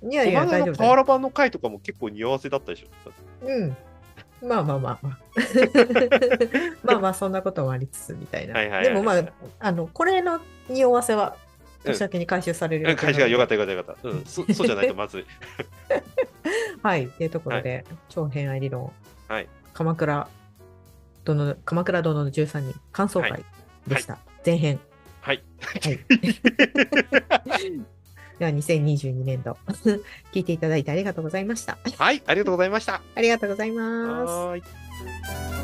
[SPEAKER 2] いや
[SPEAKER 3] こ
[SPEAKER 2] いや、
[SPEAKER 3] の間
[SPEAKER 2] 大丈
[SPEAKER 3] の
[SPEAKER 2] 夫
[SPEAKER 3] パ
[SPEAKER 2] だ
[SPEAKER 3] ワ
[SPEAKER 2] よ。
[SPEAKER 3] ラ版の回とかも結構匂わせだったでしょ。
[SPEAKER 2] うん。まあまあまあ まあ。まあまあ、そんなこともありつつみたいな。
[SPEAKER 3] はいはいはい
[SPEAKER 2] でもまあ、あの、これの匂わせは、
[SPEAKER 3] うん
[SPEAKER 2] 年明けに回収される。
[SPEAKER 3] うん会社がよかったたよかったよかった。うん、そそうじゃないとまずい。
[SPEAKER 2] はい。っていうところで、超偏愛理論。
[SPEAKER 3] はい
[SPEAKER 2] 鎌倉殿の、鎌倉殿の13人、感想
[SPEAKER 3] はい
[SPEAKER 2] 会でした。前編。
[SPEAKER 3] はい。
[SPEAKER 2] では、2022年度、 聞いていただいてありがとうございました。
[SPEAKER 3] はい、ありがとうございました。
[SPEAKER 2] ありがとうございます。
[SPEAKER 3] はーい。